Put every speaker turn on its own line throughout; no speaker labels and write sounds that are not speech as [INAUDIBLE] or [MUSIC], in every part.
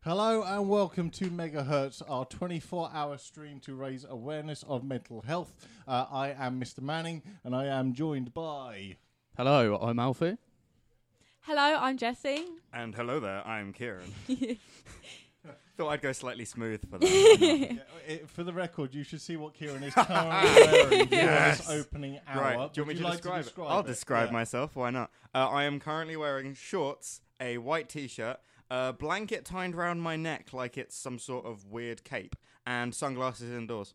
Hello and welcome to Megahertz, our 24 hour stream to raise awareness of mental health. Uh, I am Mr. Manning and I am joined by.
Hello, I'm Alfie.
Hello, I'm Jessie.
And hello there,
[LAUGHS]
I'm Kieran. Thought I'd go slightly smooth
[LAUGHS]
for that.
Yeah, it, uh, for the record, you should see what Kieran is currently wearing
Yes.
for this opening hour.
right,
Would
do you want me to,
like
describe,
to
it? I'll
it?
describe
Yeah.
myself, why not? Uh, I am currently wearing shorts, a white t shirt, a blanket tied round my neck like it's some sort of weird cape, and sunglasses indoors.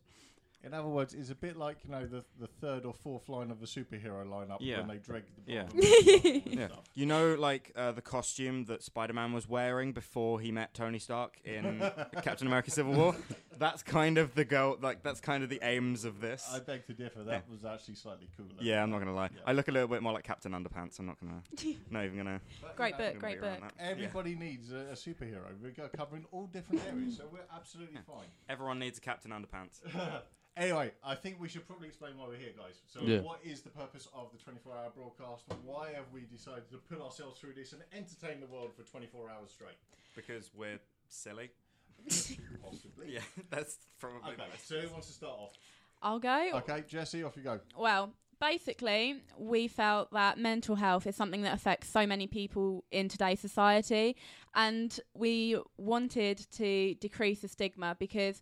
In other words, it's a bit like you know the, the third or fourth line of the superhero lineup
Yeah.
when they drag the
Yeah. [LAUGHS]
bottom and stuff.
Yeah. You know, like uh, the costume that Spider Man was wearing before he met Tony Stark
[LAUGHS]
in Captain America Civil War? That's kind of the goal, like, that's kind of the aims of this.
I beg to differ. That was actually slightly cooler.
Yeah, I'm not gonna lie.
Yeah.
I look a little bit more like Captain Underpants. I'm not gonna, not even gonna.
great
gonna
book, great
beat around
book.
that. Yeah.
Everybody needs a, a superhero. We're go- covering all different areas, so we're absolutely fine.
Everyone needs a Captain Underpants.
[LAUGHS] Anyway, I think we should probably explain why we're here, guys. So,
Yeah.
what is the purpose of the 24 hour broadcast? Why have we decided to put ourselves through this and entertain the world for 24 hours straight?
because we're silly. [LAUGHS]
Possibly.
Yeah, that's probably.
Okay,
the best.
so who wants to start off?
I'll go.
Okay, Jesse, off you go.
Well, basically, we felt that mental health is something that affects so many people in today's society, and we wanted to decrease the stigma because,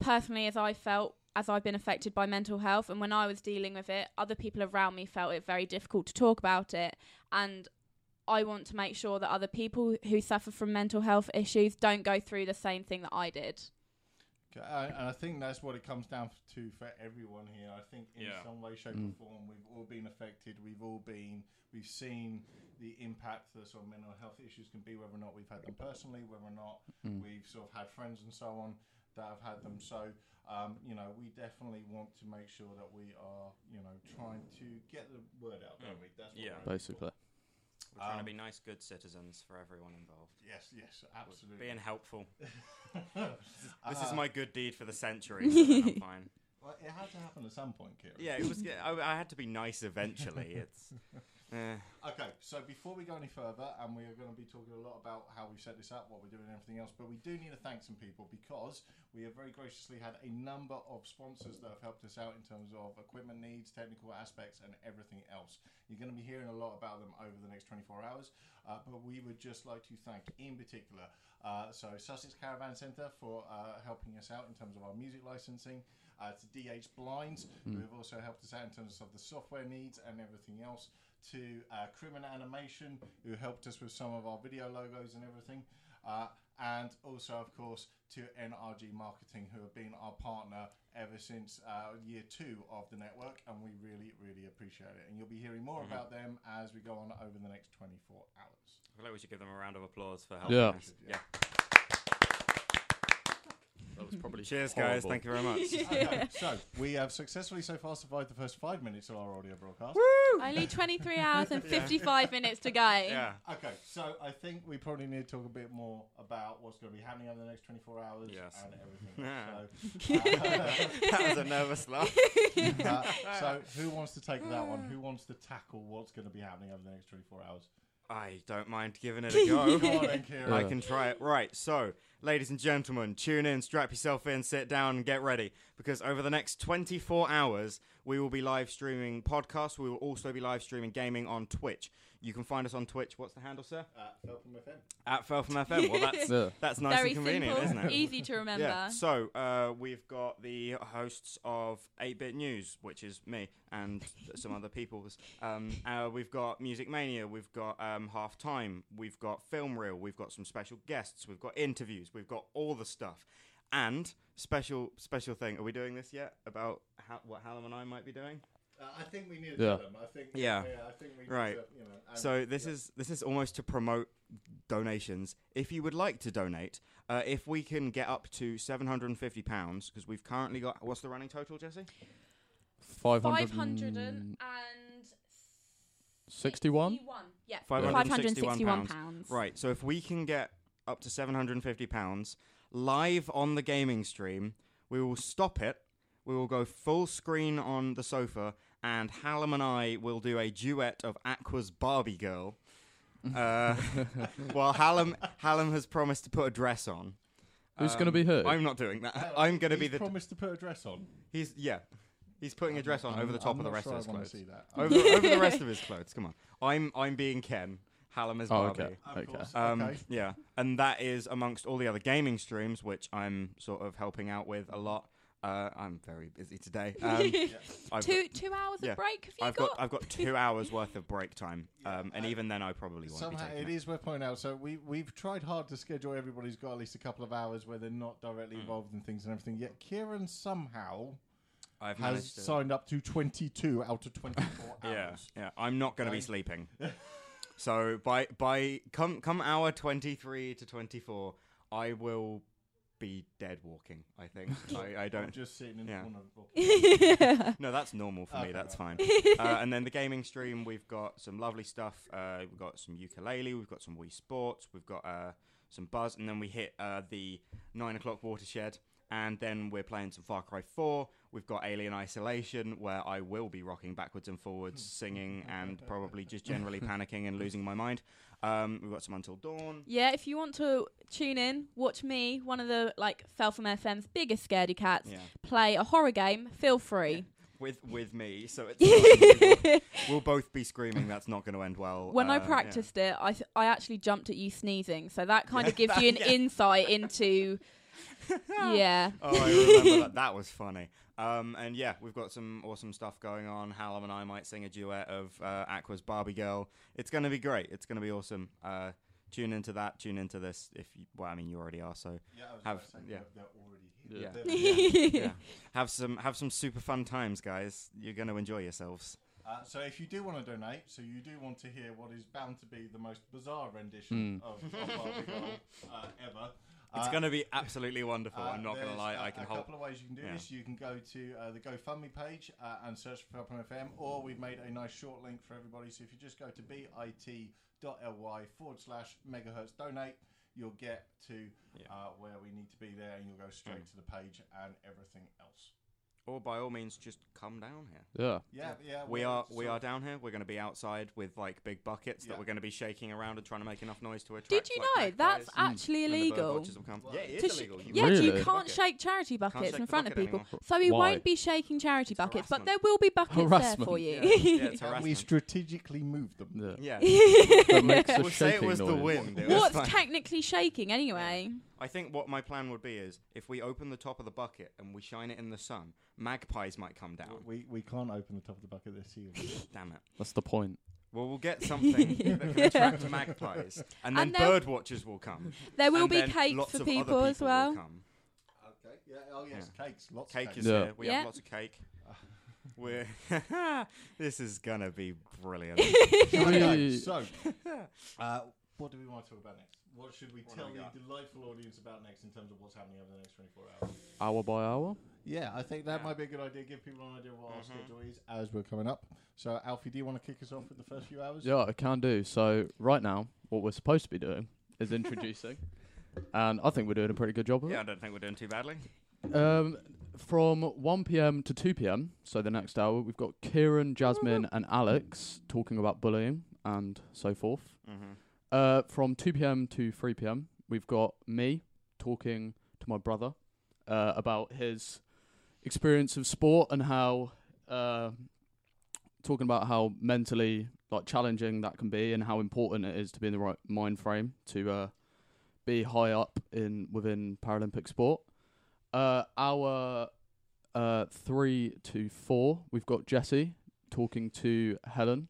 personally, as I felt, as I've been affected by mental health, and when I was dealing with it, other people around me felt it very difficult to talk about it, and I want to make sure that other people who suffer from mental health issues don't go through the same thing that I did.
Okay, I- and I think that's what it comes down f- to for everyone here. I think in
Yeah.
some way, shape, or form, we've all been affected. We've all been, we've seen the impact that sort of mental health issues can be, whether or not we've had them personally, whether or not we've sort of had friends and so on that have had them. So, um, you know, we definitely want to make sure that we are, you know, trying to get the word out, don't we? That's what
Mm. Yeah.
we're aiming for.
Basically,
We're trying
Um,
to be nice, good citizens for everyone involved.
Yes, yes, absolutely. [LAUGHS]
Being [LAUGHS] helpful. This
Uh,
is my good deed for the century.
[LAUGHS]
so I'm fine.
Well, it had to happen at some point, Kieran.
Yeah, it was. yeah, I, I had to be
[LAUGHS]
nice eventually. It's. eh.
Okay, so before we go any further, and we are going to be talking a lot about how we set this up, what we're doing, and everything else, but we do need to thank some people because we have very graciously had a number of sponsors that have helped us out in terms of equipment needs, technical aspects, and everything else. You're going to be hearing a lot about them over the next 24 hours, uh, but we would just like to thank, in particular, uh, so Sussex Caravan Centre for uh, helping us out in terms of our music licensing. Uh, to DH Blinds, who have also helped us out in terms of the software needs and everything else to uh, Crimin Animation, who helped us with some of our video logos and everything. Uh, and also, of course, to NRG Marketing, who have been our partner ever since uh, year two of the network, and we really, really appreciate it. And you'll be hearing more about them as we go on over the next 24 hours.
I feel like we should give them a round of applause for helping
Yeah.
us. Yeah.
that was probably
Cheers, guys.
horrible.
Thank you
[LAUGHS]
very much.
[LAUGHS] Okay, [LAUGHS] so we have successfully so far survived the first five minutes of our audio broadcast.
Only
[LAUGHS]
23 hours and 55 minutes to go.
yeah.
[LAUGHS]
[LAUGHS]
Okay, so I think we probably need to talk a bit more about what's going to be happening over the next 24 hours
Yes.
and
Yeah.
everything. else. So,
[LAUGHS] that was a nervous laugh.
[LAUGHS]
Uh, [LAUGHS] so who wants to take that one? Who wants to tackle what's going to be happening over the next 24 hours?
I don't mind giving it a
[LAUGHS]
go.
Come on, then, Kieran.
I
Yeah.
can try it. Right, so, ladies and gentlemen, tune in, strap yourself in, sit down, and get ready because over the next 24 hours, we will be live streaming podcasts. We will also be live streaming gaming on Twitch. You can find us on Twitch. What's the handle, sir?
Uh, Feltham FM.
At Feltham FM. Well,
[LAUGHS] [LAUGHS]
that's,
Yeah.
that's nice
Very
and convenient,
simple,
isn't it?
easy to remember.
Yeah. So uh, we've got the hosts of 8-Bit News, which is me and some other people's. Um, uh, we've got Music Mania. We've got um, Half Time. We've got Film Reel. We've got some special guests. We've got interviews. We've got all the stuff. And special special thing. Are we doing this yet? About how, what Hallam and I might be doing.
Uh, I think we need
Yeah.
to do them. I think.
Yeah.
yeah I think we need
Right.
To, you know, and-
So this is this is almost to promote donations. If you would like to donate, uh, if we can get up to seven hundred and fifty pounds, because we've currently got what's the running total, Jesse?
561
561? Yeah.
Five hundred and sixty-one
£561.
pounds. Right. So if we can get up to seven hundred and fifty pounds live on the gaming stream, we will stop it. We will go full screen on the sofa, and Hallam and I will do a duet of Aqua's Barbie Girl
[LAUGHS]
Uh, [LAUGHS] well, Hallam Hallam has promised to put a dress on.
Who's gonna
Um,
be who?
I'm not doing that. I'm going to be
He's
the.
promised to put a dress on.
he's yeah. He's putting a dress on
I'm-
over the top
I'm
of the
not
rest
sure
of his
I wanna
clothes.
See that.
Over, over the
[LAUGHS]
rest of his clothes. Come on. I'm I'm being Ken. Hallam is
Oh,
Barbie.
okay.
Of
Okay.
course.
Um,
okay.
[LAUGHS] Yeah, and that is amongst all the other gaming streams, which I'm sort of helping out with a lot. Uh, I'm very busy
[LAUGHS]
today.
[LAUGHS]
Um, I've
two two hours
yeah.
of break have you
I've got,
[LAUGHS]
I've got two hours worth of break
[LAUGHS]
time, um, and
I-
even then I probably won't be
uh, Somehow,
taking
it
it.
is worth pointing out. So we we've tried hard to schedule everybody's got at least a couple of hours where they're not
Mm.
directly involved in things and everything. Yet Kieran somehow
I've
has
managed to.
signed up to 22 out of 24
[LAUGHS] yeah,
hours.
yeah. I'm not going to be
Right. [LAUGHS]
sleeping. so by by come come hour 23 to 24, I will be dead walking.
[LAUGHS]
I think I, I
I'm
don't.
just sitting in the
yeah.
corner. of the book.
got
No, that's normal for me.
Okay,
That's
right.
[LAUGHS]
fine. uh, and then the gaming stream, we've got some lovely stuff. Uh, we've got some ukulele, we've got some Wii Sports, we've got uh, some Buzz, and then we hit uh, the nine o'clock watershed. And then we're playing some Far Cry 4. We've got Alien Isolation, where I will be rocking backwards and forwards,
Hmm. [LAUGHS]
singing, and probably just generally panicking and losing my mind. Um, we've got some Until Dawn.
Yeah, if you want to tune in, watch me, one of the like Feltham FM's biggest scaredy cats,
Yeah,
play a horror game, feel free.
with with me. So it's
[LAUGHS]
we'll both be screaming. That's not going to end well.
when I
Um, yeah.
practiced it, I th- I actually jumped at you sneezing, so that kind of
[LAUGHS]
gives you an
Yeah.
insight
[LAUGHS]
into yeah.
Oh, I remember
[LAUGHS]
that. That was funny. Um, and yeah, we've got some awesome stuff going on. Hallam and I might sing a duet of uh, Aqua's Barbie Girl. It's going to be great. It's going to be awesome. Uh, tune into that. Tune into this. If you, well, I mean, you already
[LAUGHS]
are. So
Yeah, I was
Have-
about to say,
yeah.
they're- they're already here.
Yeah.
[LAUGHS]
They're-
yeah. have some have some super fun times, guys. You're going to enjoy yourselves.
Uh, so if you do want to donate, so you do want to hear what is bound to be the most bizarre rendition of, of Barbie Girl uh, ever.
Mm. It's
uh,
going to be absolutely wonderful.
uh,
I'm not going to
there's
lie.
a-
I can
a
hold.
couple of ways you can do
yeah.
this. You can go to uh, the GoFundMe page uh, and search for Felpham FM, or we've made a nice short link for everybody. So if you just go to bit.ly forward slash megahertz donate, you'll get to
Yeah. Mm.
uh, where we need to be there, and you'll go straight to the page and everything else.
Or by all means, just come down here.
Yeah.
Yeah, yeah.
We
we're
are we
sort
are
of-
down here. We're going to be outside with like big buckets
Yeah.
that we're going to be shaking around and trying to make enough noise to attract.
Did you know
like,
that's
magpies
actually
and the
illegal?
birdwatchers will come.
Well,
Yeah, it
To
is
sh-
illegal.
yeah,
Really?
you
Bucket.
can't shake charity buckets
shake
in
the
front of
bucket
people,
anymore.
so we
Why?
won't be shaking charity buckets. But
harassment.
there will be buckets there
harassment.
for you.
Yeah, it's
And we
harassment.
strategically moved them.
Yeah.
Yeah.
That makes
[LAUGHS]
a
We'll say it
shaking
was the
noise.
wind. It was
[LAUGHS] What's
fine.
technically shaking anyway?
I think what my plan would be is if we open the top of the bucket and we shine it in the sun, magpies might come down.
We, we can't open the top of the bucket this year.
Damn it.
That's the point.
Well, we'll
[LAUGHS]
get something that can attract magpies, and then
And they'll-
bird watchers will come.
There will
And
be
then
cakes
lots
for
of other
people, as
will
well.
come.
okay. Yeah. Oh yes. Cakes. Lots.
Cake
of
is
cakes.
Yeah.
here. We
Yeah.
have lots
[LAUGHS]
of cake. We're [LAUGHS] this is gonna be
[LAUGHS]
brilliant.
Okay,
[LAUGHS]
[LAUGHS]
We-
so, uh, what do we want to talk about next? What should we
What
tell
have we
the
got?
delightful audience about next in terms of what's happening over the next 24 hours?
Hour by hour.
Yeah, I think that
Yeah.
might be a good idea. Give people an idea of what our
Mhm.
Mm-hmm.
schedule is as we're coming up. So, Alfie, do you want to kick us off with the first few hours?
Yeah, I can do. So right now, what we're supposed to be doing is
[LAUGHS]
introducing, and I think we're doing a pretty good job of
yeah, I don't think we're doing too badly.
it. Um, from 1 p.m. to 2 p.m. So the next hour, we've got Kieran, Jasmine, and Alex talking about bullying and so forth.
Mm-hmm.
Uh, from 2 p.m. to 3 p.m., we've got me talking to my brother uh, about his experience of sport and how uh, talking about how mentally like challenging that can be and how important it is to be in the right mind frame to uh, be high up in within Paralympic sport. Uh, our uh, three to four, we've got Jesse talking to Helen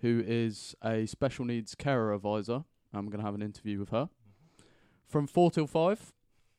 who is a special needs carer advisor. I'm going to have an interview with her. From 4 till 5,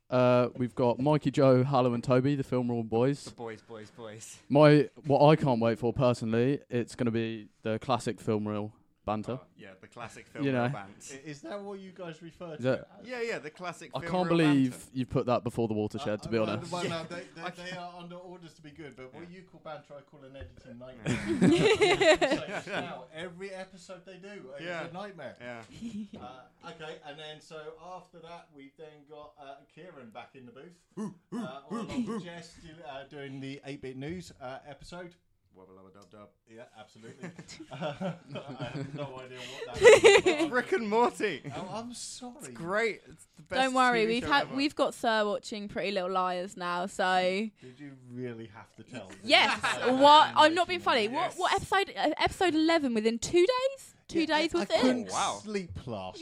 uh, we've got Mikey Joe, Hallow and Toby, the Film Rule Boys.
Boys, boys, boys.
My What I can't wait for personally, it's going to be the classic Film Reel banter.
Oh, yeah, the classic film
Uh, You know.
reel bant.
I- Is that what you guys refer to?
Yeah.
it as?
Yeah, yeah, the classic.
I
film
can't
reel
believe
banter.
you've put that before the
Uh,
watershed, to
uh,
be
no, [LAUGHS]
honest.
well, no,
[LAUGHS]
they,
I
they, they are under orders to be good, but what you call banter, I call an
[LAUGHS]
editing nightmare. [LAUGHS] So now, every episode they do, it's
Yeah.
a nightmare.
[LAUGHS]
Yeah.
[LAUGHS]
Uh, okay, and then so after that, we've then got uh, Kieran back in the booth, uh, all along with Jess do- uh, doing the 8 bit news uh, episode.
Wubba lubba dub
[LAUGHS]
[LAUGHS] dub.
Yeah,
[LAUGHS]
absolutely. [LAUGHS] I have no idea what
[LAUGHS]
that is.
Rick and Morty.
Oh, I'm sorry.
Great. It's the best
Don't worry,
TV
we've
show
had
ever.
we've got Sir watching Pretty Little Liars now, so
Did you really have to tell? this? [LAUGHS]
yes.
Uh,
what I'm not being funny.
Yes.
What what episode uh, episode eleven within two days? Two
Yeah,
days
I
was
couldn't
it?
Oh, wow.
sleep last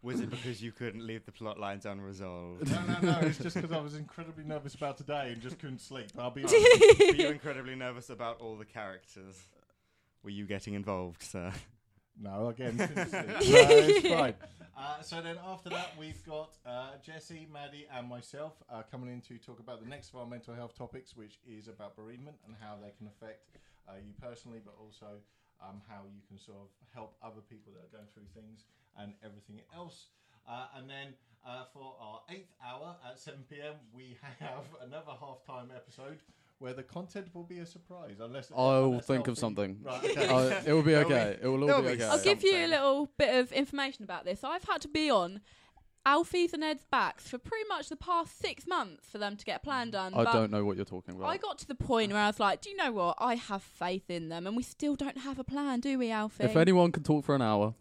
Was it because you couldn't leave the plot lines unresolved?
No, no, no. It's just because I was incredibly nervous about today and just couldn't sleep. I'll
[LAUGHS]
be honest.
[LAUGHS] Were you incredibly nervous about all the characters? Were you getting involved, sir?
no, again, couldn't sleep. No, it's fine. Uh, so then after that, we've got uh, Jesse, Maddie, and myself uh, coming in to talk about the next of our mental health topics, which is about bereavement and how they can affect uh, you personally, but also um, how you can sort of help other people that are going through things and everything else. Uh, and then uh, for our eighth hour at 7 p.m., we have [LAUGHS] another halftime episode where the content will be a surprise. Unless
I'll
unless
think of
Alfie-
something.
Right, okay. [LAUGHS]
Uh, it will be
[LAUGHS]
That'll be-
okay. It will all
that'll
be
be
okay.
[LAUGHS] I'll give you a
Something.
little bit of information about this. I've had to be on Alfie's and Ed's backs for pretty much the past six months for them to get a plan done.
I
but
don't know what you're talking about.
I got to the point where I was like, "Do you know what? I have faith in them, and we still don't have a plan, do we, Alfie?"
if anyone can talk for an
[LAUGHS]
hour,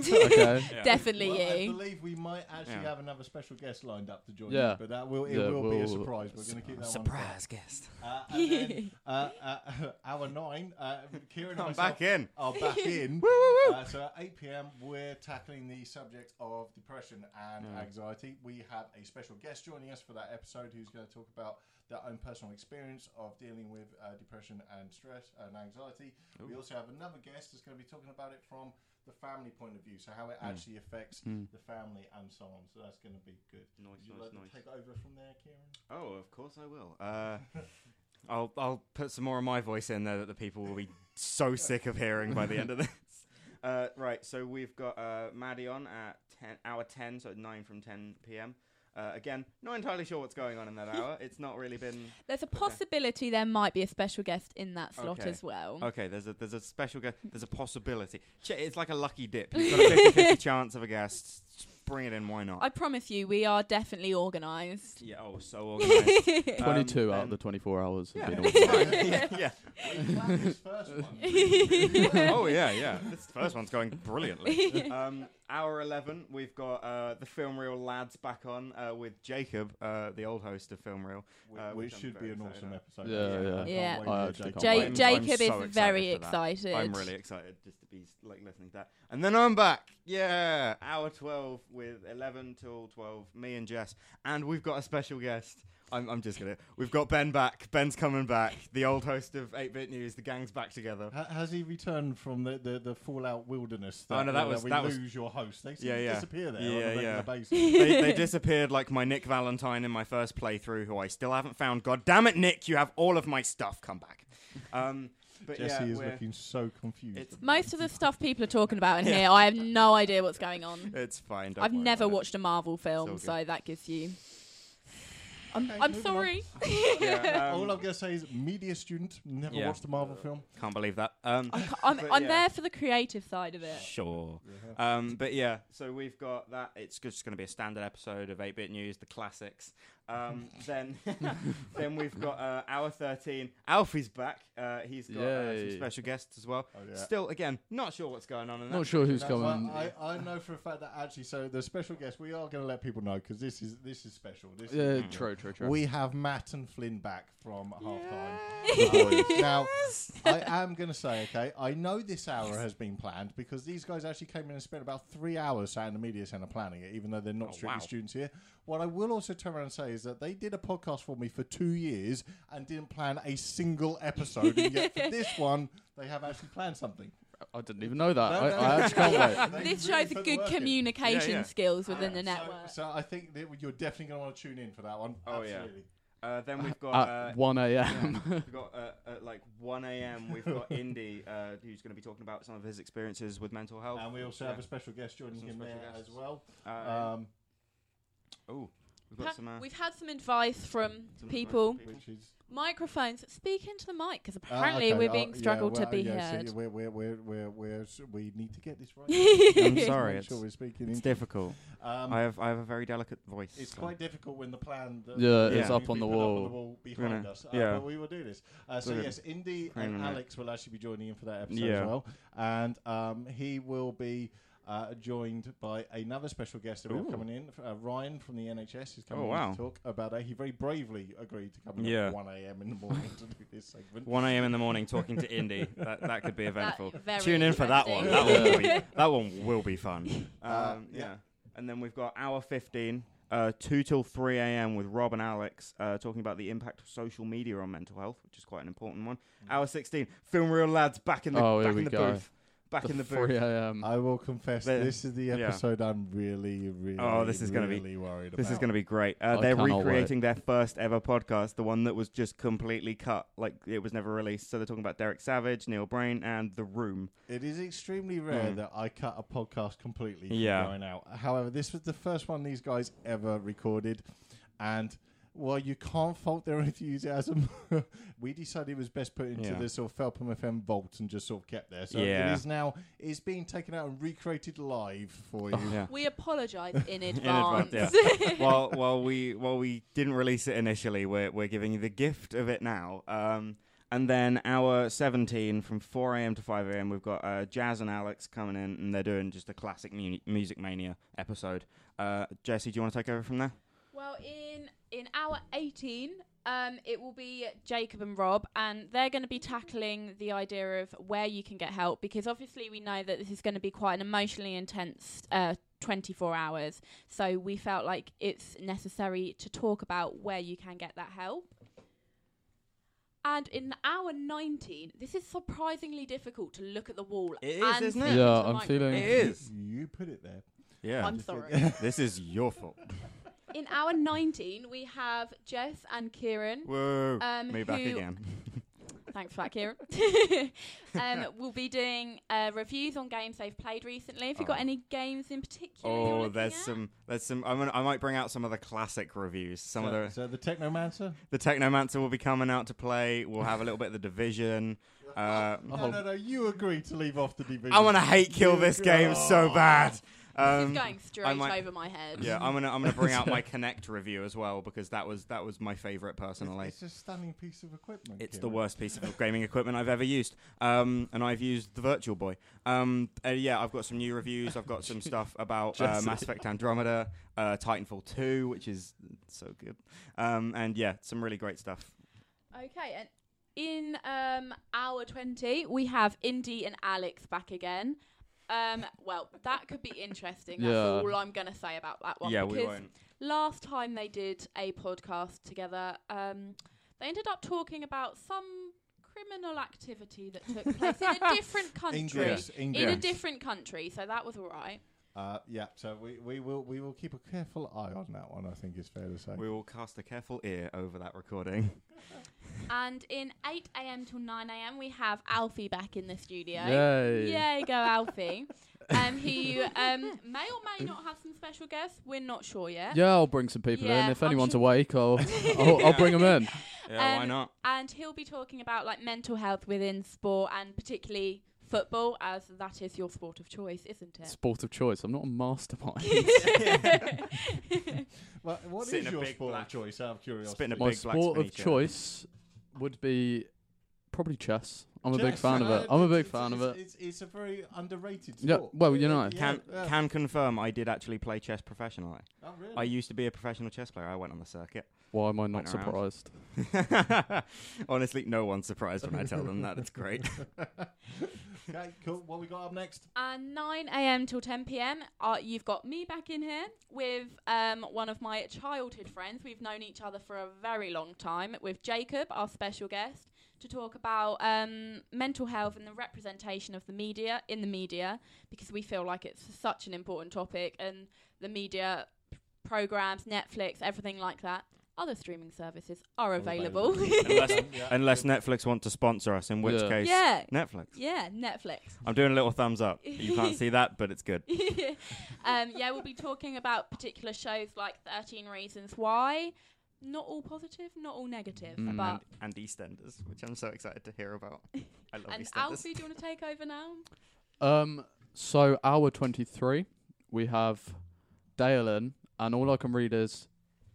okay.
Definitely
Well, I
you.
believe we might actually
Yeah.
have another special guest lined up to join
Yeah.
us, but that will it
Yeah,
will be a
we'll-
surprise. We're going to keep that
Surprise guest.
One uh, and then, uh, uh, [LAUGHS] hour nine, uh, Kieran and
I'm
myself
back in.
are back in. Uh, so at 8 p.m. we're tackling the subject of depression and anxiety. We have a special guest joining us for that episode who's going to talk about their own personal experience of dealing with uh, depression and stress and anxiety. We also have another guest that's going to be talking about it from the family point of view, so how it actually affects the family and so on. So that's going to be good.
Nice,
Would you
nice,
like
Oh, nice.
to take over from there, Kieran?
Oh, of course I will. Uh, [LAUGHS] I'll I'll put some more of my voice in there that the people will be so sick of hearing by the end of this. Uh, right, so we've got uh, Maddie on at 10, hour 10, so 9 from 10 p.m. Uh, again, not entirely sure what's going on in that hour. It's not really been
There's a possibility there might be a special guest in that slot
Okay.
as well.
Okay, there's a there's a special guest. There's a possibility. Ch- It's like a lucky dip. You've got a 50 chance of a guest. Just Bring it in. Why not?
I promise you, we are definitely organised.
yeah. Oh, so [LAUGHS] organised.
22
Um,
out of the 24 hours.
Yeah.
[LAUGHS]
Have
[LAUGHS]
been
it's
awful.
fine. yeah.
We planned this first one.
[LAUGHS] oh yeah, yeah. This first one's going brilliantly. Um, hour eleven, we've got uh, the Film Reel lads back on uh, with Jacob, uh, the old host of Film Reel,
Which,
uh,
which
I'm
should be
very
an
excited
awesome
about.
episode.
Yeah, yeah.
I can't wait
Yeah.
I
for
actually
Jacob.
can't
Ja-
I'm-
Wait.
Jake-
Jacob
I'm so
is
excited
very
for that.
excited.
I'm really excited just to be like listening to that. And then I'm back. Yeah, hour 12 with 11 till 12, me and Jess. And we've got a special guest. I'm, I'm just going to. We've got Ben back. Ben's coming back. The old host of 8 Bit News. The gang's back together.
Ha- Has he returned from the, the, the Fallout wilderness?
Oh, no, that was-
we
that was-
lose your host. They seem
Yeah,
to
yeah.
disappear there
Yeah,
on a regular
[LAUGHS]
yeah.
basis.
[LAUGHS]
they, they disappeared like my Nick Valentine in my first playthrough, who I still haven't found. God damn it, Nick, you have all of my stuff. Come back. Um, but
Jesse
yeah,
is
we're-
looking so confused.
It's-
Most of the stuff people are talking about in here, I have no idea what's going on.
It's fine. don't
I've
worry
never
about it.
watched a Marvel film,
good.
so that gives you.
I'm,
I'm
[LAUGHS]
sorry. [LAUGHS]
Yeah, um,
All I'm gonna say is, media student never
Yeah. Uh,
watched a Marvel film.
Can't believe that. Um,
I ca- I'm,
But
I'm
yeah.
there for the creative side of it.
Sure. Um, but yeah, so we've got that. It's just going to be a standard episode of 8 Bit News, the classics.
[LAUGHS]
Um, then, [LAUGHS] then we've got uh, hour 13. Alfie's back. Uh, he's got uh, some
Yay.
special guests as well.
Oh, yeah.
Still, again, not sure what's going on. In that.
Not sure who's
That's
coming.
why I, I know for a fact that actually, so the special guest, we are gonna let people know because this is this is special. This is
Yeah, true, true, true.
Hmm. We have Matt and Flynn back from halftime. Uh, now, I am going to say, okay, I know this hour has been planned because these guys actually came in and spent about three hours sat in the media center planning it, even though they're not strictly
wow.
students here. What I will also turn around and say is that they did a podcast for me for two years and didn't plan a single episode, and yet for this one, they have actually planned something.
I didn't even know that.
No,
I,
Oh,
no,
I
no.
actually
[LAUGHS]
can't wait.
They
This
really
shows
put the
good
work in.
communication
Yeah, yeah.
skills within the
So-
network.
So, I think that you're definitely going to want to tune in for that one.
Oh, yeah.
Absolutely.
Uh, then we've got. uh,
At 1 [LAUGHS] a.m.
we've got uh, at like 1 a.m. We've got Indy, uh, who's going to be talking about some of his experiences with mental health.
And we also have a special guest joining
Some
him
special
there
guests.
as well.
Uh,
Um,
oh, We've got
Pa-
some. Uh,
We've had some advice from
some
people.
people.
Which is
Microphones, speak into the mic
Ah,
because
Uh,
apparently
okay,
we're
uh,
being
Oh,
yeah,
struggled
well,
to be
yeah, so
heard.
we're, we're, we're, we're, we're, s- we need to get
[LAUGHS]
this right.
I'm
Make
sorry,
sure
it's-
we're speaking.
it's
in-
difficult.
um,
I have I have a very delicate voice.
it's
so-
quite difficult when the plan that
Yeah,
it's
we-
up
we
on the
put
wall.
behind
Gonna-
us. Uh,
yeah.
but we will do this. Uh, so
We're
yes, Indy
craning
and
it.
Alex will actually be joining in for that episode
Yeah.
as well, and um, he will be. Uh, joined by another special guest that we have
Ooh.
coming in, uh, Ryan from the NHS is coming
Oh,
in
wow.
to talk about that. He very bravely agreed to come in
Yeah.
at 1 a.m. in the morning [LAUGHS] to do this segment.
1 a.m. in the morning talking to Indy. that, that could be
That-
eventful.
very
Tune in for that one. That
interesting.
one, will be, that one will be fun. Um,
[LAUGHS]
Uh, yeah.
yeah. And then we've got hour 15, uh, 2 till 3 a.m. with Rob and Alex uh, talking about the impact of social media on mental health, which is quite an important one. Hour 16, Film Real Lads back in the,
Oh, here
back
we
in the
go.
booth. Back in the booth.
3 a.m.
I will confess,
The-
this is the
yeah.
episode I'm really, really,
Oh, this is gonna be-
really worried about.
This is going to be great. Uh,
I
they're
cannot wait.
recreating their first ever podcast, the one that was just completely cut, like it was never released. So they're talking about Derek Savage, Neil Brain, and The Room.
It is extremely rare
Mm.
that I cut a podcast completely from
Yeah.
going out. However, this was the first one these guys ever recorded, and well, you can't fault their [LAUGHS] enthusiasm. we decided it was best put into
Yeah.
the sort of Felpham FM vault and just sort of kept there. So
Yeah.
it is now it's being taken out and recreated live for you.
Oh, Yeah.
we apologise in
[LAUGHS]
advance. [LAUGHS]
advance, while while we while we didn't release it initially, we're we're giving you the gift of it now. Um, and then hour seventeen from four a.m. to five a.m. We've got uh, Jazz and Alex coming in, and they're doing just a classic mu- music mania episode. Uh, Jesse, do you want to take over from there?
Well, in in hour 18, um, it will be Jacob and Rob, and they're going to be tackling the idea of where you can get help because obviously we know that this is going to be quite an emotionally intense uh, 24 hours. So we felt like it's necessary to talk about where you can get that help. And in hour 19, this is surprisingly difficult to look at the wall.
It is,
and
isn't it?
speak into
Yeah,
the
I'm
microphone.
feeling- It
is.
You put it there.
Yeah, [LAUGHS]
I'm sorry.
this is your fault.
In hour 19, we have Jess and Kieran.
Whoa,
Um,
me back
who-
again.
Thanks for that, Kieran. um, we'll be doing uh, reviews on games they've played recently. Have you got
Oh.
any games in particular? you're
Oh,
looking
there's
at?
some, there's some. I'm gonna, I might bring out some of the classic reviews. Some
so,
of
[LAUGHS]
the
so the Technomancer.
The Technomancer will be coming out to play. We'll have a little bit of
[LAUGHS]
the Division. Uh,
No, no, no. You agreed to leave off the division. Oh.
I want to hate kill this game so [LAUGHS] bad.
This
Um,
is going straight
I might-
over my head.
yeah, I'm gonna I'm gonna bring [LAUGHS] out my Connect review as well because that was that was my favorite personally.
It's, it's a stunning piece of equipment.
It's the
Kieran.
worst piece of gaming equipment I've ever used, um, and I've used the Virtual Boy. Um, uh, yeah, I've got some new reviews. I've got [LAUGHS] some stuff about uh, Mass Effect Andromeda, uh, Titanfall 2, which is so good, um, and yeah, some really great stuff.
Okay, and in um, hour 20, we have Indy and Alex back again. Um, well, that could be interesting. That's
Yeah.
all I'm going to say about that one.
yeah,
because
we won't.
last time they did a podcast together, um, they ended up talking about some criminal activity that took place in a different country.
Ingress,
in a
ingress.
different country, so that was all right.
Uh, yeah, so we, we will we will keep a careful eye on that one. I think is fair to say.
We will cast a careful ear over that recording.
And in 8 a.m. till 9 a.m., we have Alfie back in the studio.
Yay.
Yay,
[LAUGHS]
go Alfie. um, he um, may or may not have some special guests. We're not sure yet.
Yeah, I'll bring some people
Yeah,
in. If
I'm
anyone's
sure-
awake,
[LAUGHS]
I'll, I'll, I'll bring them in.
Yeah, why
Um,
not?
And he'll be talking about like mental health within sport and particularly football, as that is your sport of choice, isn't it?
Sport of choice. I'm not a
[LAUGHS]
mastermind.
[LAUGHS]
Well, what
Sit
is
in a
your
big
sport
black-
of choice? Out of curiosity,
Spit in a
My
big black
sport of
spinny chair.
choice would be probably chess. I'm a big
Chess,
fan of
uh,
it. I'm a
it's-
big
it's-
fan of
it's-
it.
It's, it's a very underrated
Yeah,
sport.
well, you know.
Can
yeah.
can confirm I did actually play chess professionally.
Oh, really?
I used to be a professional chess player. I went on
[LAUGHS]
the circuit.
Why am I not
Went around.
surprised?
Honestly, no one's surprised when I tell them that.
[LAUGHS]
It's great.
okay, cool. What we got up next?
And 9 a.m. till 10 p.m. Uh, you've got me back in here with um, one of my childhood friends. We've known each other for a very long time. With Jacob, our special guest, to talk about um, mental health and the representation of the media in the media, because we feel like it's such an important topic and the media programs, Netflix, everything like that. other streaming services are
Available.
available.
[LAUGHS]
Unless-
Yeah.
Unless Netflix want to sponsor us, in which
Yeah.
case,
yeah,
Netflix.
yeah, Netflix.
I'm doing a little thumbs up. You
[LAUGHS]
can't see that, but it's good.
um, yeah, we'll be talking about particular shows like 13 Reasons Why. Not all positive, not all negative,
Mm.
but
And EastEnders, which I'm so excited to hear about. I love
and
EastEnders.
Alfie, do you want to take over now?
Um, so hour twenty-three, we have Dalen, and all I can read is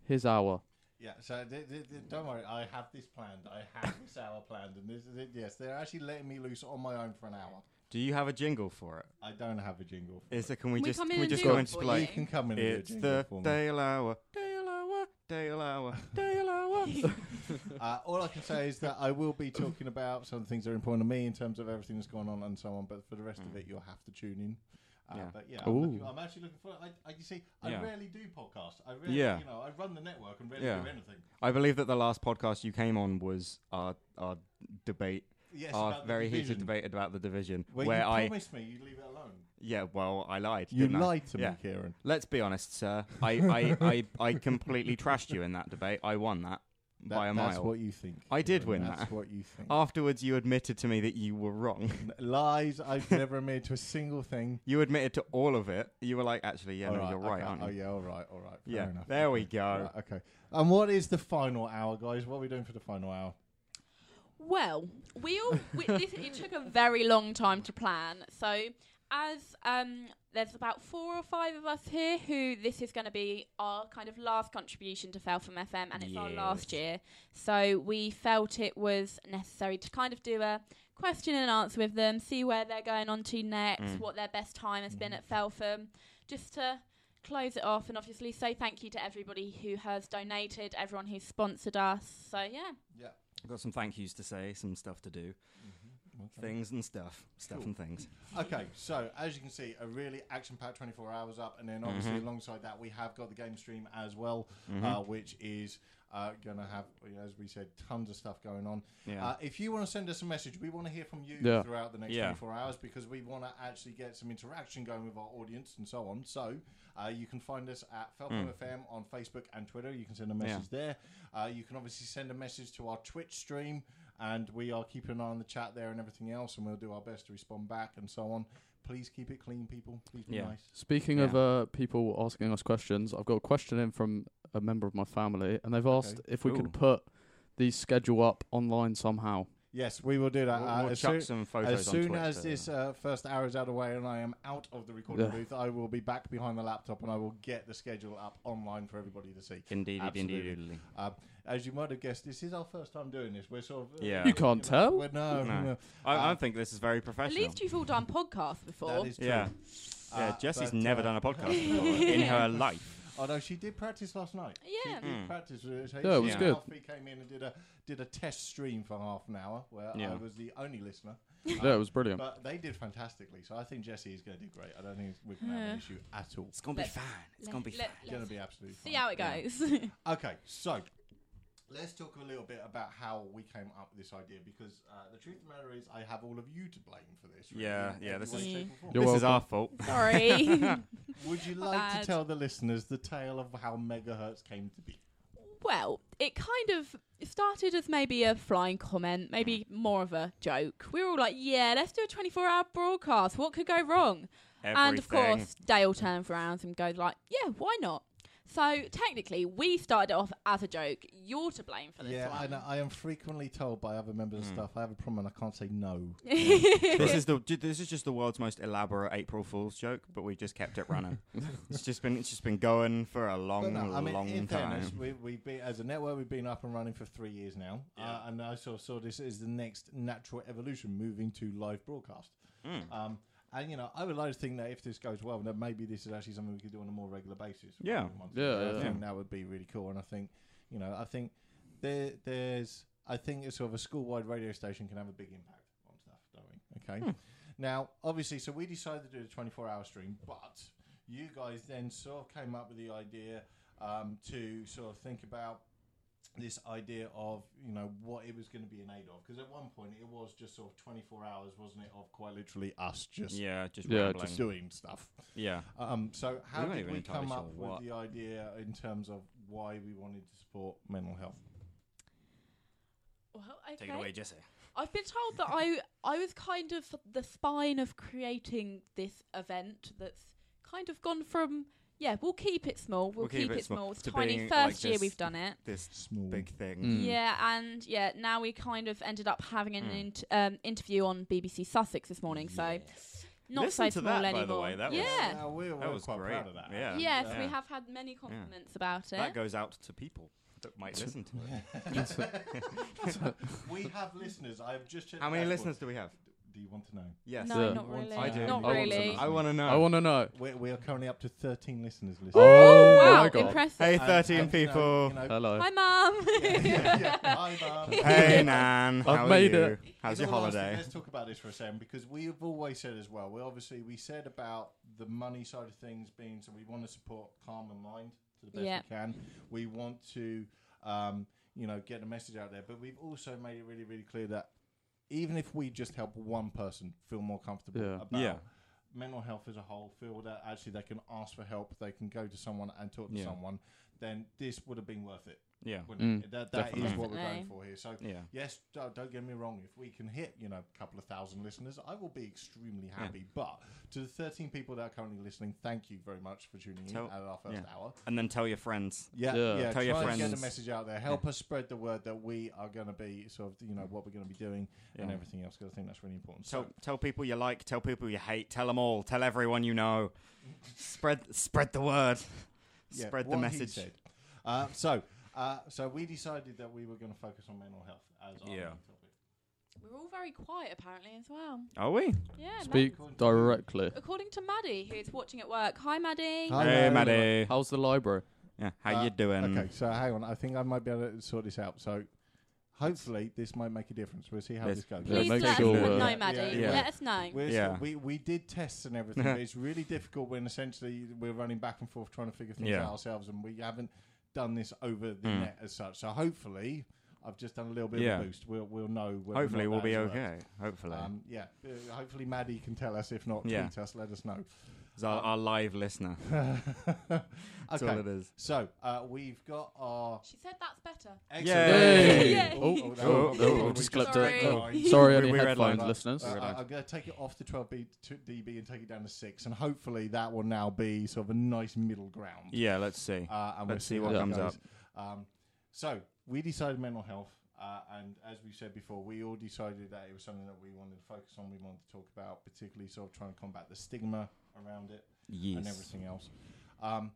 his hour.
Yeah, so th- th- th- don't worry, I have this planned. I have this hour planned, and this, th- yes, they're actually letting me loose on my own for an hour.
Do you have a jingle for it?
I don't have a jingle. for
Is
it.
it? Can we,
Can we
just?
come
Can
in
we
and
just
do
go
it
into
for
You
like?
can come in. And
It's
do a jingle
the
for me.
Dale Hour. Dale Hour. Dale Hour. Dale Hour.
[LAUGHS]
Uh, all I can say is that I will be talking about some things that are important to me in terms of everything that's going on and so on. But for the rest of it, you'll have to tune in. Uh,
Mm. Yeah.
But yeah, I'm,
Ooh.
looking, I'm actually looking forward. I, I, you see, I
Yeah.
rarely do podcasts. I rarely,
Yeah.
you know, I run the network and rarely
Yeah.
do anything.
I believe that the last podcast you came on was our our debate,
Yes,
our
about the
Oh, very heated
division.
debate about the division,
Well,
where
you
I
promised me you'd leave it alone.
yeah, well, I lied.
You
didn't I?
lied to
Yeah.
me, Kieran.
Let's be honest, sir. I, I, I, I completely trashed you in that debate. I won that,
That-
by a
that's
mile.
what you think.
I did
Kieran.
win
That's
that. Ah.
what you think.
Afterwards, you admitted to me that you were wrong. [LAUGHS]
Lies. I've never admitted to a single thing.
You admitted to all of it. You were like, actually, yeah,
All
no, you're right,
okay.
aren't you?
Oh yeah, all right, all right. Fair
Yeah,
enough.
there we
Okay.
go.
Right, okay. And what is the final hour, guys? What are we doing for the final hour?
Well, we all we, this, it took a very long time to plan. So, as um, there's about four or five of us here who this is going to be our kind of last contribution to Fell from FM, and it's our last
Yes.
year. So we felt it was necessary to kind of do a question and answer with them, see where they're going on to next,
Mm.
what their best time has been at Feltham, just to close it off and obviously say thank you to everybody who has donated, everyone who's sponsored us. So yeah.
I've got some thank yous to say, some stuff to do, things and stuff, stuff
Mm-hmm. Cool.
and things.
Okay, so as you can see, a really action-packed 24 hours up, and then obviously
Mhm.
alongside that, we have got the game stream as well,
Mhm.
uh, which is uh, going to have, as we said, tons of stuff going on.
yeah.
Uh, if you want to send us a message, we want to hear from you
Yeah.
throughout the next
Yeah.
24 hours because we want to actually get some interaction going with our audience and so on. So uh, you can find us at Feltham
Mm.
FM on Facebook and Twitter. You can send a
Yeah.
message there. Uh, you can obviously send a message to our Twitch stream, and we are keeping an eye on the chat there and everything else, and we'll do our best to respond back and so on. Please keep it clean, people. Please be
Yeah.
nice.
Speaking of
Yeah.
uh, people asking us questions, I've got a question in from a member of my family, and they've asked if we
Ooh.
could put the schedule up online somehow.
Yes, we will do that.
we'll
Uh,
we'll
as
chuck
soon-
some photos
As
on
soon
Twitter.
as this uh, first hour is out of the way and I am out of the recording
Yeah.
booth, I will be back behind the laptop and I will get the schedule up online for everybody to see.
Indeed,
Absolutely.
indeed,
Uh, as you might have guessed, this is our first time doing this. We're sort of uh,
Yeah. You
can't
know,
tell.
we're- no,
No.
no.
I, I
Um,
think this is very professional.
At least you've all done podcasts before.
that is true.
yeah, yeah.
Uh,
Jessie's
but,
never
uh,
done
[LAUGHS]
a podcast before in her life.
Although she did practice last night. She
Yeah.
did
Mm.
practice. uh, with us.
Yeah, it was
She-
good.
Alfie came in and did a did a test stream for half an hour where I
Yeah.
was the only listener. Um,
Yeah, it was brilliant.
But they did fantastically, so I think Jessie is going to do great. I don't think we're going to have
Yeah.
an issue at all.
It's gonna
be
be
Let-
fine. It's
Let-
gonna be fine.
let-
It's going to
let's
be absolutely
See
fine.
how it
Yeah.
goes. [LAUGHS]
[LAUGHS] Okay, so let's talk a little bit about how we came up with this idea because uh, the truth of the matter is, I have all of you to blame for this. Really,
Yeah,
in
yeah,
every
this
way,
is-
shape, or form.
You're
this is
welcome.
our fault.
Sorry. [LAUGHS]
Would you
My
like to
bad.
tell the listeners the tale of how megahertz came to be?
well, it kind of it started as maybe a flying comment, maybe more of a joke. We were all like, yeah, let's do a 24 hour broadcast. What could go wrong? And of
Everything.
course, Dale turns around and goes like, yeah, why not? So technically, we started it off as a joke. You're to blame for this
Yeah,
one.
I,
[LAUGHS]
know, I am frequently told by other members of
Hmm.
staff I have a problem and I can't say no.
[LAUGHS] this
[LAUGHS]
is the ju- this is just the world's most elaborate April Fool's joke, but we've just kept it running.
[LAUGHS]
it's just been it's just been going for a long,
But no, I mean, in
long
fairness,
time.
we, we've been, as a network, we've been up and running for three years now,
Yeah.
uh, and I sort of saw this as the next natural evolution, moving to live broadcast.
Mm.
Um, and you know, I would like to think that if this goes well, then maybe this is actually something we could do on a more regular basis.
Yeah.
Once
Yeah,
a year. I
yeah.
think that would be really cool. And I think, you know, I think there, there's, I think it's sort of a school-wide radio station can have a big impact on stuff, don't we? Okay. Now, obviously, so we decided to do the 24-hour stream, but you guys then sort of came up with the idea um, to sort of think about this idea of you know what it was going to be in aid of because at one point it was just sort of 24 hours wasn't it of quite literally us just
Yeah, just
Yeah,
rambling.
just doing stuff
yeah.
um so how
weren't
did
even
we
entirely
come
sure
up with
what-
the idea in terms of why we wanted to support mental health
Well, okay.
Take it away, Jesse.
I've been told that I I was kind of the spine of creating this event that's kind of gone from yeah we'll keep it small we'll, keep, it small, it's
to
tiny
being,
first
like,
year
just-
we've done it
This
small
big thing.
Hmm.
Mm.
yeah and yeah now we kind of ended up having an
Mm.
int- um, interview on BBC Sussex this morning so not
Listen
so
to
small
that, by
anymore
the way, that was-
yeah
Uh, we were
That was
quite
great.
proud of that
Yeah.
yes
Yeah. [LAUGHS]
we have had many compliments about it
That goes out to people that might listen to it.
[LAUGHS] we have listeners i've just checked
How
the
many
dashboard.
listeners do we have? Yes.
do you want to know
Yes.
no
Yeah.
not
I
really
do.
not
I want some
really
I
I want to know.
I want to know.
we're, we are currently up to 13 listeners listening
Oh
wow
my god.
impressive
hey,
And-
13
and, you know,
people.
you know,
Hello.
hi mum
[LAUGHS]
[LAUGHS]
yeah, yeah. Hi, Mum.
[LAUGHS] Hey, Nan. How are
made
you?
it.
How's
In
your
all honesty,
holiday?
let's talk about this for a second because we've always said as well. We obviously we said about the money side of things being so we want to support calm and mind to the best
Yeah.
we can. We want to, um, you know, get the message out there, but we've also made it really, really clear that even if we just help one person feel more comfortable
Yeah.
about.
Yeah.
Mental health as a whole, feel that actually they can ask for help, they can go to someone and talk to
Yeah.
someone, then this would have been worth it.
Yeah.
Wouldn't it? That, that is
definitely.
what we're going
Definitely.
for here. So,
Yeah.
Yes, don't, don't get me wrong. If we can hit, you know, a couple of thousand listeners, I will be extremely happy. But to the 13 people that are currently listening, thank you very much for tuning in
Tell-
at our first
yeah.
hour.
And then tell your friends.
Yeah, yeah.
Yeah.
Tell your
try and get
friends.
the message out there. Help us spread the word that we are going to be sort of, you know, what we're going to be doing and
Yeah.
everything else. Because I think that's really important.
Tell, tell people you like, tell people you hate, tell them all, tell everyone you know. spread spread the word.
yeah,
spread the
what he
message.
said. Uh, so, uh, so we decided that we were going to focus on mental health as our
Yeah.
main topic.
we're all very quiet apparently as well
Are we?
yeah
Speak directly.
According to Maddie, who's watching at work. Hi, Maddie.
Hi.
hey,
Hello.
Maddie.
How's the library?
Yeah, how
Uh,
you doing?
Okay, so hang on. I think I might be able to sort this out. So hopefully this might make a difference. We'll see how
Yes.
this goes.
Yeah,
Please
make
let
sure,
us
uh,
know, Maddie.
yeah.
E. Let us know.
We're
Yeah.
so- we, we did tests and everything,
[LAUGHS]
but it's really difficult when essentially we're running back and forth trying to figure things
Yeah.
out ourselves, and we haven't done this over the
Mm.
net as such. So hopefully, I've just done a little bit
Yeah.
of a boost. We'll we'll know. whether or
Hopefully,
not
we'll
that
be
has worked.
okay. Hopefully.
Um, yeah, uh, hopefully Maddie can tell us. If not,
Yeah.
tweet us. Let us know. [LAUGHS]
He's our, our live listener. That's all
okay,
it is.
so uh, we've got our.
She said that's better.
Excellent.
Yay.
Yay.
Oh,
Oh,
that
oh,
was-
oh,
we
just
clipped
clipped Oh,
it.
that. [LAUGHS]
Sorry,
We-
I need
we read
headphones,
like-
listeners.
Uh,
Sorry,
I,
guys.
I'm going to take it off the 12 B to dB and take it down to six, and hopefully that will now be sort of a nice middle ground.
Yeah, let's see.
Uh, and we'll
Let's see what
how it
comes
goes. Um, so we decided mental health, uh, and as we said before, we all decided that it was something that we wanted to focus on. We wanted to talk about, particularly sort of trying to combat the stigma around it and
yes.
everything else. Um,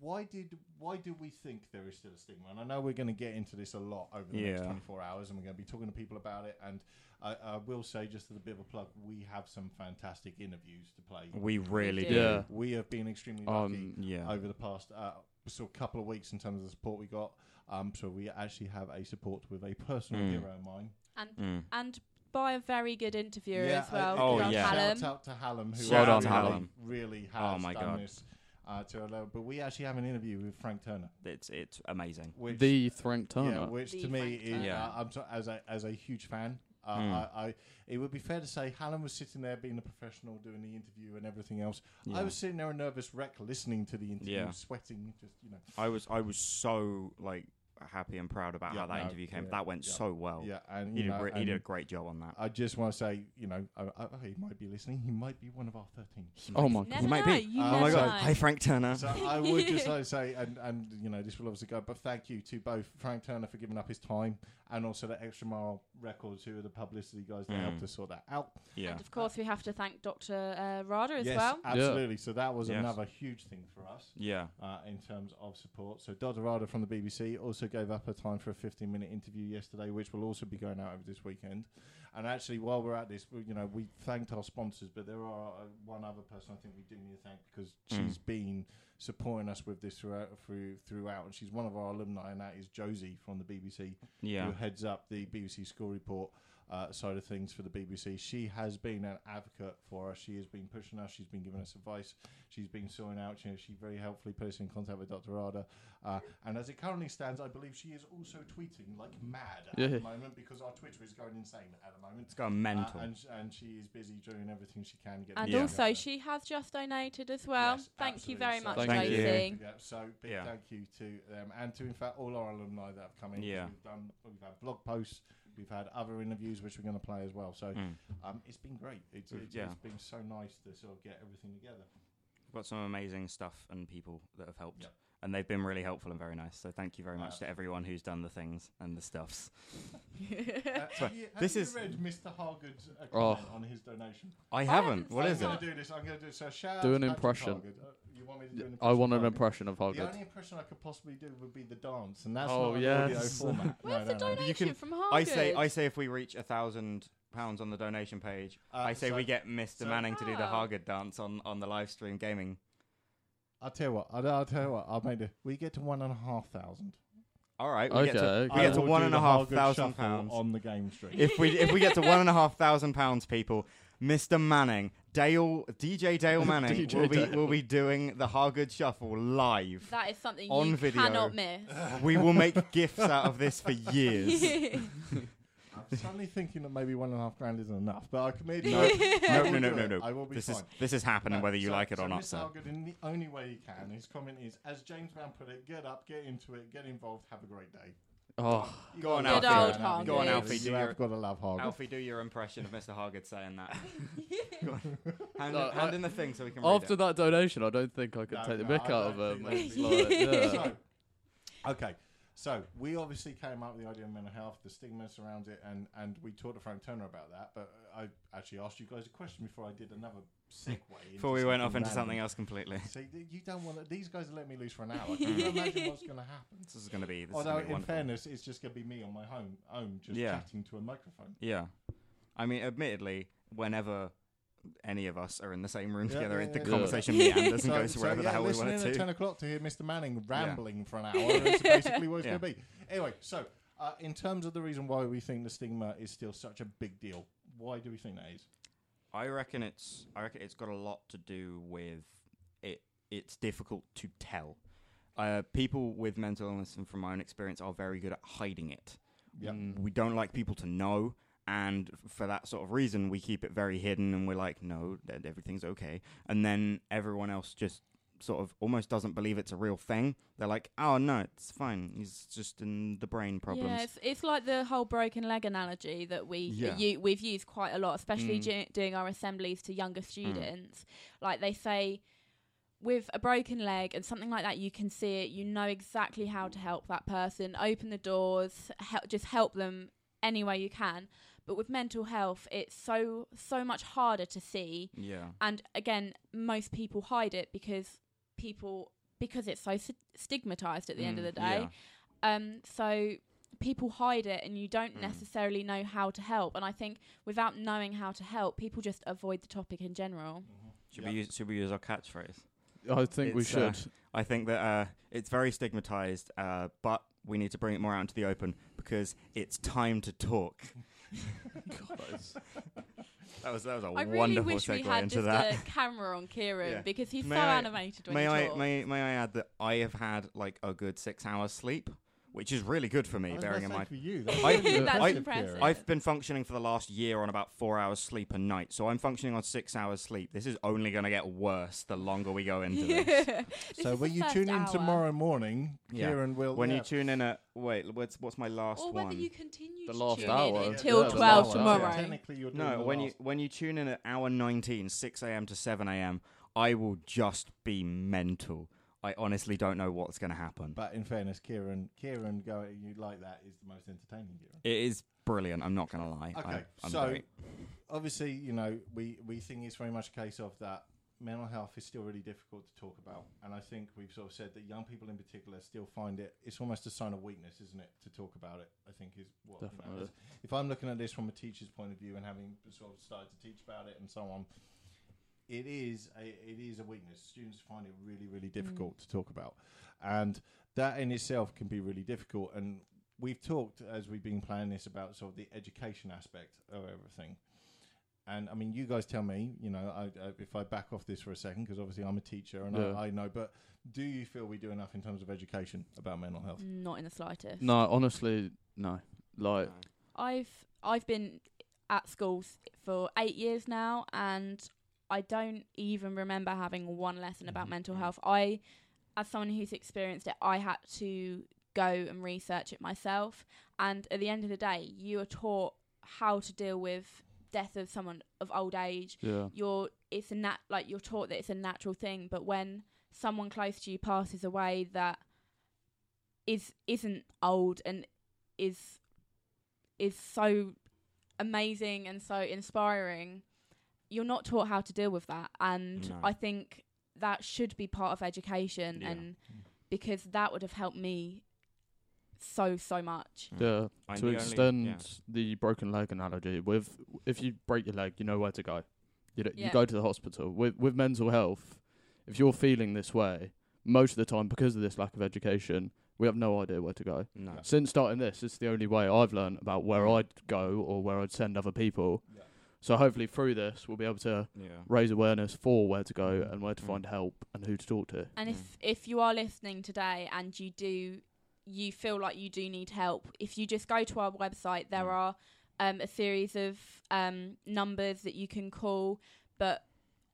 why did why do we think there is still a stigma? And I know we're going to get into this a lot over the next
Yeah.
24 hours, and we're going to be talking to people about it. And I, I will say, just as a bit of a plug, we have some fantastic interviews to play.
We really
do.
do.
Yeah.
We have been extremely lucky
Um,
Yeah.
over the past uh, sort of couple of weeks in terms of the support we got. Um, so we actually have a support with a personal
Mm.
hero of mine.
And
Mm.
and by a very good interviewer as well.
uh,
Oh,
John
yeah.
Hallam.
Shout out to Hallam, who
Shout
out to
really,
Hallam.
really
Oh
has
my
done
God.
this uh, to a level. But we actually have an interview with Frank Turner,
It's it's amazing.
which
The Frank
yeah,
Turner.
which
The
to me
Frank
is
Turner.
Yeah.
uh, I'm so, as a as a huge fan. Uh,
Mm.
I, I it would be fair to say Hallam was sitting there being a professional, doing the interview and everything else. I
Yeah.
was sitting there a nervous wreck, listening to the interview,
Yeah.
sweating, just you know.
I was I was so like happy and proud about
Yeah,
how that
no,
interview came.
yeah,
that went
yeah.
so well.
Yeah, and
Oh. He
you
did,
know,
re- he
and
did a great job on that.
I just want to say, you know, I, I, he might be listening. He might be one of our thirteen.
Oh my
Never
god.
He might
know.
be.
You
Oh
never
oh my god!
know.
Hi Frank Turner.
So I would just like to say, and, and you know, this will obviously go, but thank you to both Frank Turner for giving up his time and also the Extra Mile Records, who are the publicity guys that helped
Mm.
us sort that out.
yeah.
And of course, we have to thank Dr. Uh, Rada as
yes,
well.
absolutely. So that was
Yes.
another huge thing for us.
Yeah.
Uh, in terms of support, so Dodorada from the BBC also gave up her time for a 15-minute interview yesterday, which will also be going out over this weekend. And actually, while we're at this, we, you know, we thanked our sponsors, but there are uh, one other person I think we do need to thank because
Mm.
she's been supporting us with this throughout, through, throughout, and she's one of our alumni, and that is Josie from the BBC,
Yeah.
who heads up the BBC School Report. uh, side of things for the BBC. She has been an advocate for us. She has been pushing us. She's been giving us advice. She's been sorting out. You know, she very helpfully put us in contact with Dr. Ada. Uh, and as it currently stands, I believe she is also tweeting like mad at
Yeah.
the moment because our Twitter is going insane at the moment.
It's gone mental.
Uh, and, sh- and she is busy doing everything she can to get. the
And
word out
also,
there.
she has just donated as well.
Yes,
Thank you
absolutely.
very
So-
much,
Thank you.
Rosie.
Yeah, so big
Yeah.
thank you to them and to in fact all our alumni that have come in. 'cause
Yeah.
we've done we've had blog posts, we've had other interviews which we're going to play as well. So
Mm.
um, it's been great. It's,
We've-
it's,
yeah.
it's been so nice to sort of get everything
[LAUGHS]
together. Uh,
We've got some amazing stuff and people that have helped.
Yep.
And they've been really helpful and very nice. So thank you very much to
Absolutely.
everyone who's done the things and the stuffs.
[LAUGHS] Uh,
Sorry,
have you, have
this
you
is-
read Mr. Hargood's uh,
Oh.
comment on his donation.
I haven't. What
seen
is
I'm
it?
that.
going to do this. I'm going to do so. Shout
Do
out
an
to Patrick
impression.
Hargood. Uh, you want me to do an impression?
I want
of
an
Hargood?
impression of
The
Hargood.
only impression I could possibly do would be the dance, and that's
Oh,
not an audio
yes.
format. No,
[LAUGHS]
no,
Where's the
no.
donation
can-
from Harvard?
I say I say if we reach a thousand pounds on the donation page,
Uh,
I say
so-
we get Mr.
so-
Manning to do the
Oh.
Hargard dance on, on the live stream gaming.
I'll tell you what. I'll, I'll tell you what. I'll make it. We get to one and a half thousand.
All right, we get to,
Okay,
we
okay.
get to
I will
one
do
and
the
a half
Hargood
thousand
shuffle
pounds.
on the game stream.
[LAUGHS] if we if we get to one and a half thousand pounds, people, Mr. Manning, Dale,
[LAUGHS]
DJ Dale Manning
DJ
will be
Dale.
will be doing the Hargood Shuffle live.
that is something
on
you
video.
cannot miss.
we
[LAUGHS]
will make gifts out of this for years.
[LAUGHS]
I'm suddenly thinking that maybe one and a half grand isn't enough, but I committed. [LAUGHS]
No,
I
no,
will
no, no,
do
no,
it.
no.
I will be
This
fine.
is this is happening
No,
whether you
so-
like it
so
or not,
Mr.
sir.
Algood, in the only way he can, his comment is, as James Brown put it, get up, get into it, get involved, have a great day.
oh,
You
Go on,
gotta
Good
love
old
Hargood.
Hargood. Go on,
Alfie, do
You
your-
have got to love Hargood.
Alfie, do your impression of Mr. Hargid
[LAUGHS]
saying that. [LAUGHS] Go on. hand,
No,
hand
I-
in the thing so we can read
after
it.
that donation, I don't think I could
No,
take the
no,
mick
I
out of
don't
him.
think
It's
that's
[LAUGHS]
like,
possible.
yeah.
So, okay. So we obviously came up with the idea of mental health, the stigma surrounds it, and, and we talked to Frank Turner about that. But I actually asked you guys a question before I did another segue.
[LAUGHS] Before we went off into something else completely. [LAUGHS]
See, th- you don't want to, these guys let me loose for an hour. Can you imagine what's going to happen?
This is going to be. This
Although,
is gonna be
in
wonderful.
fairness, it's just going to be me on my home, home just
Yeah.
chatting to a microphone.
Yeah. I mean, admittedly, whenever any of us are in the same room
Yeah,
together,
yeah,
the
yeah.
conversation meanders and goes to
so,
wherever
yeah,
the hell we
listen
want
in
it
at
to.
10 o'clock to hear Mr. Manning rambling for
[LAUGHS]
an hour. It's basically what it's
Yeah.
going to be. Anyway, so uh, in terms of the reason why we think the stigma is still such a big deal, why do we think that is?
I reckon it's. I reckon it's got a lot to do with it. It's difficult to tell. Uh, people with mental illness, and from my own experience, are very good at hiding it.
Yeah.
We don't like people to know, and f- for that sort of reason, we keep it very hidden, and we're like, no, th- everything's okay. And then everyone else just sort of almost doesn't believe it's a real thing. They're like, oh no, it's fine. He's just in the brain problems.
Yeah, it's, it's like the whole broken leg analogy that we
Yeah.
u- we've used quite a lot, especially
Mm.
du- doing our assemblies to younger students. Like they say, with a broken leg and something like that, you can see it. You know exactly how to help that person. Open the doors. Help, just help them any way you can. But with mental health, it's so so much harder to see.
yeah.
And again, most people hide it because people because it's so s- stigmatized at the end of
Mm,
the day.
yeah.
Um, so people hide it and you don't
Mm.
necessarily know how to help. And I think without knowing how to help, people just avoid the topic in general.
Mm-hmm.
Should
Yeah.
we use, should we use our catchphrase?
I think we
It's, uh,
should.
I think that uh, it's very stigmatized, uh, but we need to bring it more out into the open because it's time to talk. that was that was a
I really
wonderful
wish
segue
we had
into
just
that. [LAUGHS]
a camera on Kieran
Yeah.
because he's
May
so
I-
animated when
may
he [LAUGHS]
I [LAUGHS]
talks.
may may I add that I have had like a good six hours sleep, which is really good for
I
me,
was
bearing
gonna
in
say
mind.
for
[LAUGHS]
you, Oh, that's
I-
really
That's
impressive.
Kieran.
I-
I've been functioning for the last year on about four hours sleep a night, so I'm functioning on six hours sleep. This is only going to get worse the longer we go into
[LAUGHS]
this.
This
so
is
when
the
you
first
tune in
hour.
tomorrow morning,
Yeah.
Kieran will.
When
yeah.
you tune in at wait, what's what's my last
Or
one?
whether you continue
The
to
last
tune
hour.
in
Yeah,
until
the
12
last hour.
tomorrow.
Technically, you're doing
No,
the
when you
last.
when you tune in at hour 19, 6 a.m. to 7 a.m., I will just be mental. I honestly don't know what's going to happen.
But in fairness, Kieran, Kieran going you like that is the most entertaining. Kieran.
it is brilliant. I'm not going to lie.
Okay,
I, I'm
so
very-
obviously, you know, we we think it's very much a case of that mental health is still really difficult to talk about, and I think we've sort of said that young people in particular still find it. It's almost a sign of weakness, isn't it, to talk about it? I think is what. you know,
Definitely.
is- if I'm looking at this from a teacher's point of view and having sort of started to teach about it and so on, it is a, it is a weakness. Students find it really really difficult to talk about, and that in itself can be really difficult. And we've talked as we've been planning this about sort of the education aspect of everything. And I mean, you guys tell me, you know, I, I, if I back off this for a second, because obviously I'm a teacher and
Yeah.
I, I know, but do you feel we do enough in terms of education about mental health?
Not in the slightest.
No, honestly, no. Like,
No.
I've I've been at schools for eight years now, and I don't even remember having one lesson about
Mhm.
mental
Mm.
health. I, as someone who's experienced it, I had to go and research it myself. And at the end of the day, you are taught how to deal with death of someone of old age,
yeah,
you're it's a nat like you're taught that it's a natural thing but when someone close to you passes away that is isn't old and is is so amazing and so inspiring you're not taught how to deal with that and
No.
i think that should be part of education
Yeah.
and because that would have helped me so so much
yeah.
I-
to
the only-
extend
yeah.
the broken leg analogy, with if you break your leg, you know where to go. You d- you
Yeah.
go to the hospital. With with mental health, if you're feeling this way, most of the time because of this lack of education, we have no idea where to go.
No.
Since starting this, it's the only way I've learned about where I'd go or where I'd send other people.
Yeah.
So hopefully through this, we'll be able to
Yeah.
raise awareness for where to go and where to
Mm.
find help and who to talk to.
And
Mm.
if if you are listening today and you do you feel like you do need help, if you just go to our website, there
Mm.
are um, a series of um, numbers that you can call. But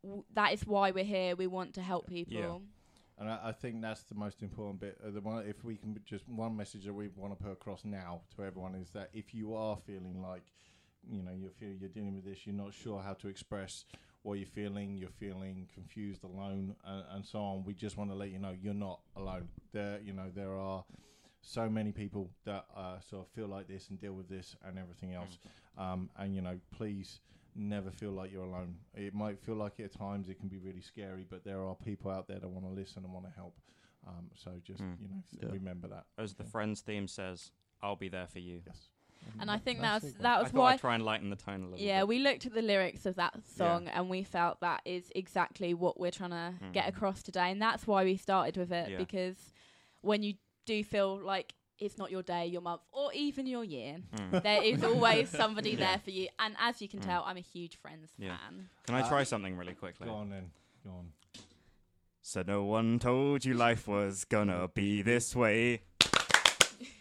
w- that is why we're here. We want to help people.
Mm.
And I, I think that's the most important bit. Uh, the one, if we can just one message that we want to put across now to everyone is that if you are feeling like, you know, you feel you're dealing with this, you're not sure how to express what you're feeling, you're feeling confused, alone, and, and so on. We just want to let you know you're not alone. There, you know, there are so many people that uh, sort of feel like this and deal with this and everything else. Um, and you know, please never feel like you're alone. It might feel like it at times. It can be really scary, but there are people out there that want to listen and want to help. Um, so just
Mm.
you know,
Yeah.
remember that.
As the
Yeah.
Friends theme says, I'll be there for you.
Yes.
And I think that
That's
was
it.
that
I
was
thought
why.
I'd try and lighten the tone a little
Yeah,
bit.
we looked at the lyrics of that song and we felt that is exactly what we're trying to get
Mm.
across today. And that's why we started with it
Yeah.
because when you do feel like it's not your day, your month, or even your year,
Mm.
there
[LAUGHS]
is always [LAUGHS] somebody
Yeah.
there for you. And as you can
Mm.
tell, I'm a huge Friends
Yeah.
fan.
Can I try
Uh,
something really quickly?
Go on then. Go on.
So no one told you life was gonna be this way.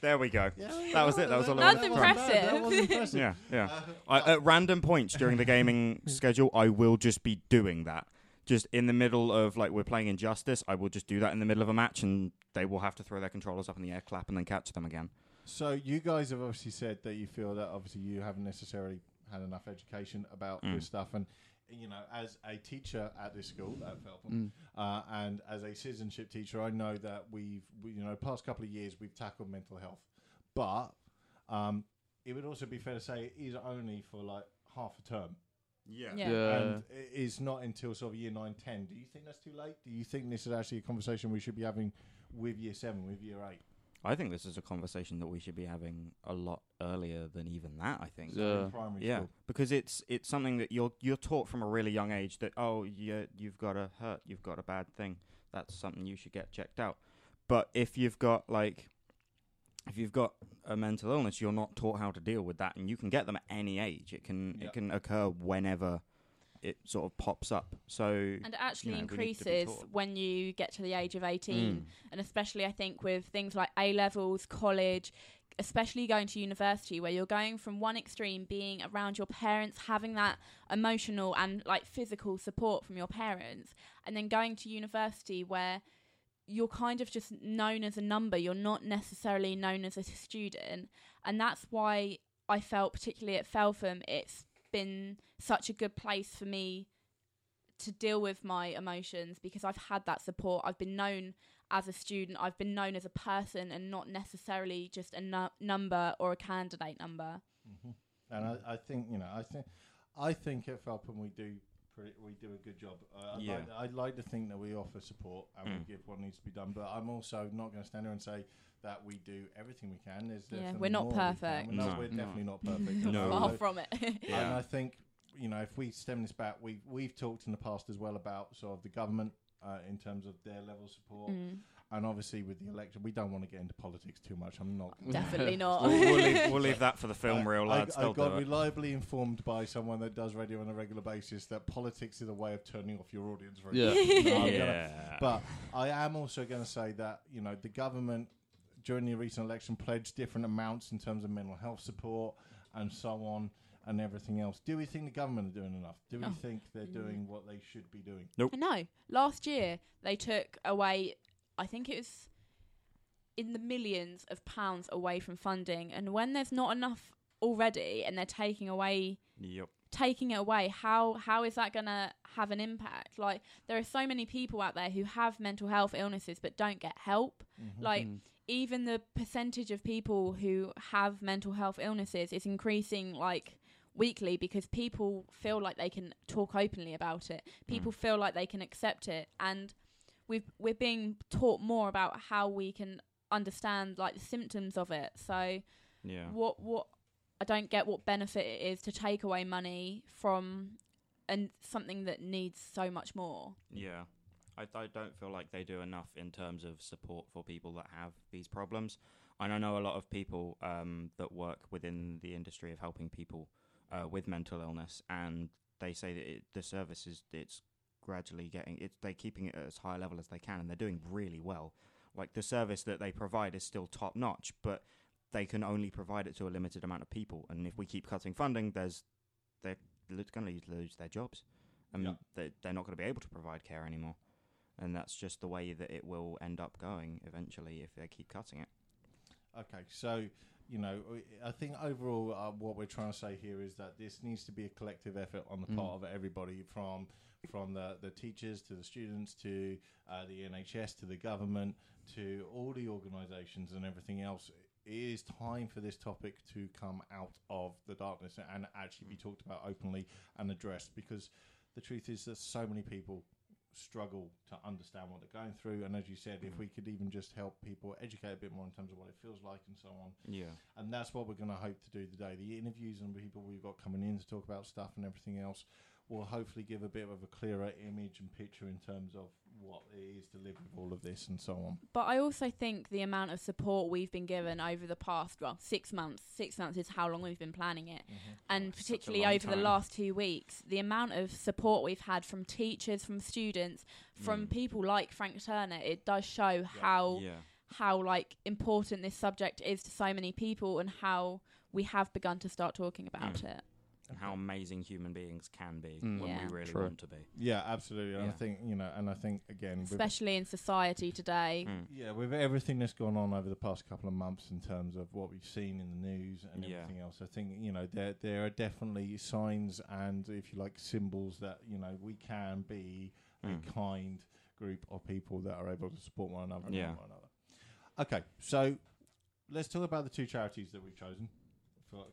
There we go. That was it. That was all I
That's
was trying.
impressive.
That was impressive.
Yeah, yeah.
Uh,
I, at random points during
[LAUGHS]
the gaming schedule, I will just be doing that. Just in the middle of like we're playing Injustice, I will just do that in the middle of a match, and they will have to throw their controllers up in the air, clap, and then catch them again.
So you guys have obviously said that you feel that obviously you haven't necessarily had enough education about
Mm.
this stuff, and you know, as a teacher at this school at Felpham,
Mm.
uh, and as a citizenship teacher, I know that we've, we, you know, past couple of years we've tackled mental health, but um, it would also be fair to say it is only for like half a term,
Yeah.
and
Uh,
it is not until sort of year nine, ten. Do you think that's too late? Do you think this is actually a conversation we should be having with year seven, with year eight?
I think this is a conversation that we should be having a lot earlier than even that. I think.
Yeah.
in primary
Uh, Yeah,
school?
because it's it's something that you're you're taught from a really young age that oh you you've got a hurt, you've got a bad thing. That's something you should get checked out. But if you've got like if you've got a mental illness, you're not taught how to deal with that and you can get them at any age. It can
Yeah.
it can occur whenever it sort of pops up. So
And it actually
know, we need to be
increases
taught.
when you get to the age of 18.
Mm.
and especially I think with things like A levels, college, especially going to university where you're going from one extreme being around your parents having that emotional and like physical support from your parents and then going to university where you're kind of just known as a number, you're not necessarily known as a student, and that's why I felt particularly at Feltham it's been such a good place for me to deal with my emotions because I've had that support. I've been known as a student, I've been known as a person and not necessarily just a nu- number or a candidate number.
hmm And I, I think you know, I think, I think at Falcon we do pretty, we do a good job. Uh, I'd,
Yeah.
like, I'd like to think that we offer support and
Mm.
we give what needs to be done, but I'm also not going to stand there and say that we do everything we can. There's
Yeah,
definitely
we're not
more we can.
perfect.
No,
No.
we're
No.
definitely not
[LAUGHS]
perfect.
[LAUGHS] No.
Uh,
Far
I-
from it.
[LAUGHS]
[LAUGHS] And
Yeah.
I think you know if we stem this back, we we've talked in the past as well about sort of the government uh, in terms of their level of support
Mm.
And obviously, with the election, we don't want to get into politics too much. I'm not.
[LAUGHS]
[LAUGHS]
Definitely not.
we'll, we'll leave, we'll leave that for the film
I-
reel,
I,
lads.
I
They'll
got
do it.
reliably informed by someone that does radio on a regular basis that politics is a way of turning off your audience. very
Yeah.
quickly. [LAUGHS]
[LAUGHS]
[LAUGHS]
No, I'm gonna-
Yeah.
but I am also going to say that you know the government during the recent election pledged different amounts in terms of mental health support and so on and everything else. Do we think the government are doing enough? Do we
Oh.
think they're doing what they should be doing?
[LAUGHS] No, last year they took away, I think it was in the millions of pounds away from funding. And when there's not enough already, and they're taking away
Yep.
taking it away how how is that going to have an impact like there are so many people out there who have mental health illnesses but don't get help
Mm-hmm.
like [LAUGHS]
Mm.
even the percentage of people who have mental health illnesses is increasing like weekly because people feel like they can talk openly about it people feel like they can accept it and we've we're being taught more about how we can understand like the symptoms of it so
Yeah.
what what I don't get what benefit it is to take away money from and something that needs so much more.
Yeah. I, I don't feel like they do enough in terms of support for people that have these problems. And I know a lot of people um, that work within the industry of helping people uh, with mental illness, and they say that it, the service is it's gradually getting it's they're keeping it at as high a level as they can, and they're doing really well. Like the service that they provide is still top notch, but they can only provide it to a limited amount of people. And if we keep cutting funding, there's they're going to lose their jobs. and
Yeah.
they, they're not going to be able to provide care anymore. And that's just the way that it will end up going eventually if they keep cutting it.
Okay, so you know, I I think overall, uh, what we're trying to say here is that this needs to be a collective effort on the
Mm.
part of everybody, from from the the teachers to the students to uh, the NHS to the government to all the organisations and everything else. It is time for this topic to come out of the darkness and actually be talked about openly and addressed because the truth is that so many people struggle to understand what they're going through and as you said if we could even just help people educate a bit more in terms of what it feels like and so on
Yeah.
and that's what we're going to hope to do today the interviews and people we've got coming in to talk about stuff and everything else will hopefully give a bit of a clearer image and picture in terms of what it is to live with all of this and so on
But I also think the amount of support we've been given over the past well, six months. Six months is how long we've been planning it. And
That's Oh, such a
particularly
long
over
time.
the last two weeks, the amount of support we've had from teachers, from students, from people like Frank Turner, it does show how
Mm. Yeah.
how like important this subject is to so many people and how we have begun to start talking about
Mm.
it.
And how amazing human beings can be
Mm.
when
Yeah.
we really
True.
want to be.
yeah absolutely and i
Yeah.
think you know and i think again with-
especially in society today.
Mm.
Yeah, with everything that's gone on over the past couple of months in terms of what we've seen in the news and
Yeah.
everything else, I think you know there there are definitely signs and if you like symbols that you know we can be
Mm.
a kind group of people that are able to support one another. and help
Yeah.
one another. Okay, so let's talk about the two charities that we've chosen.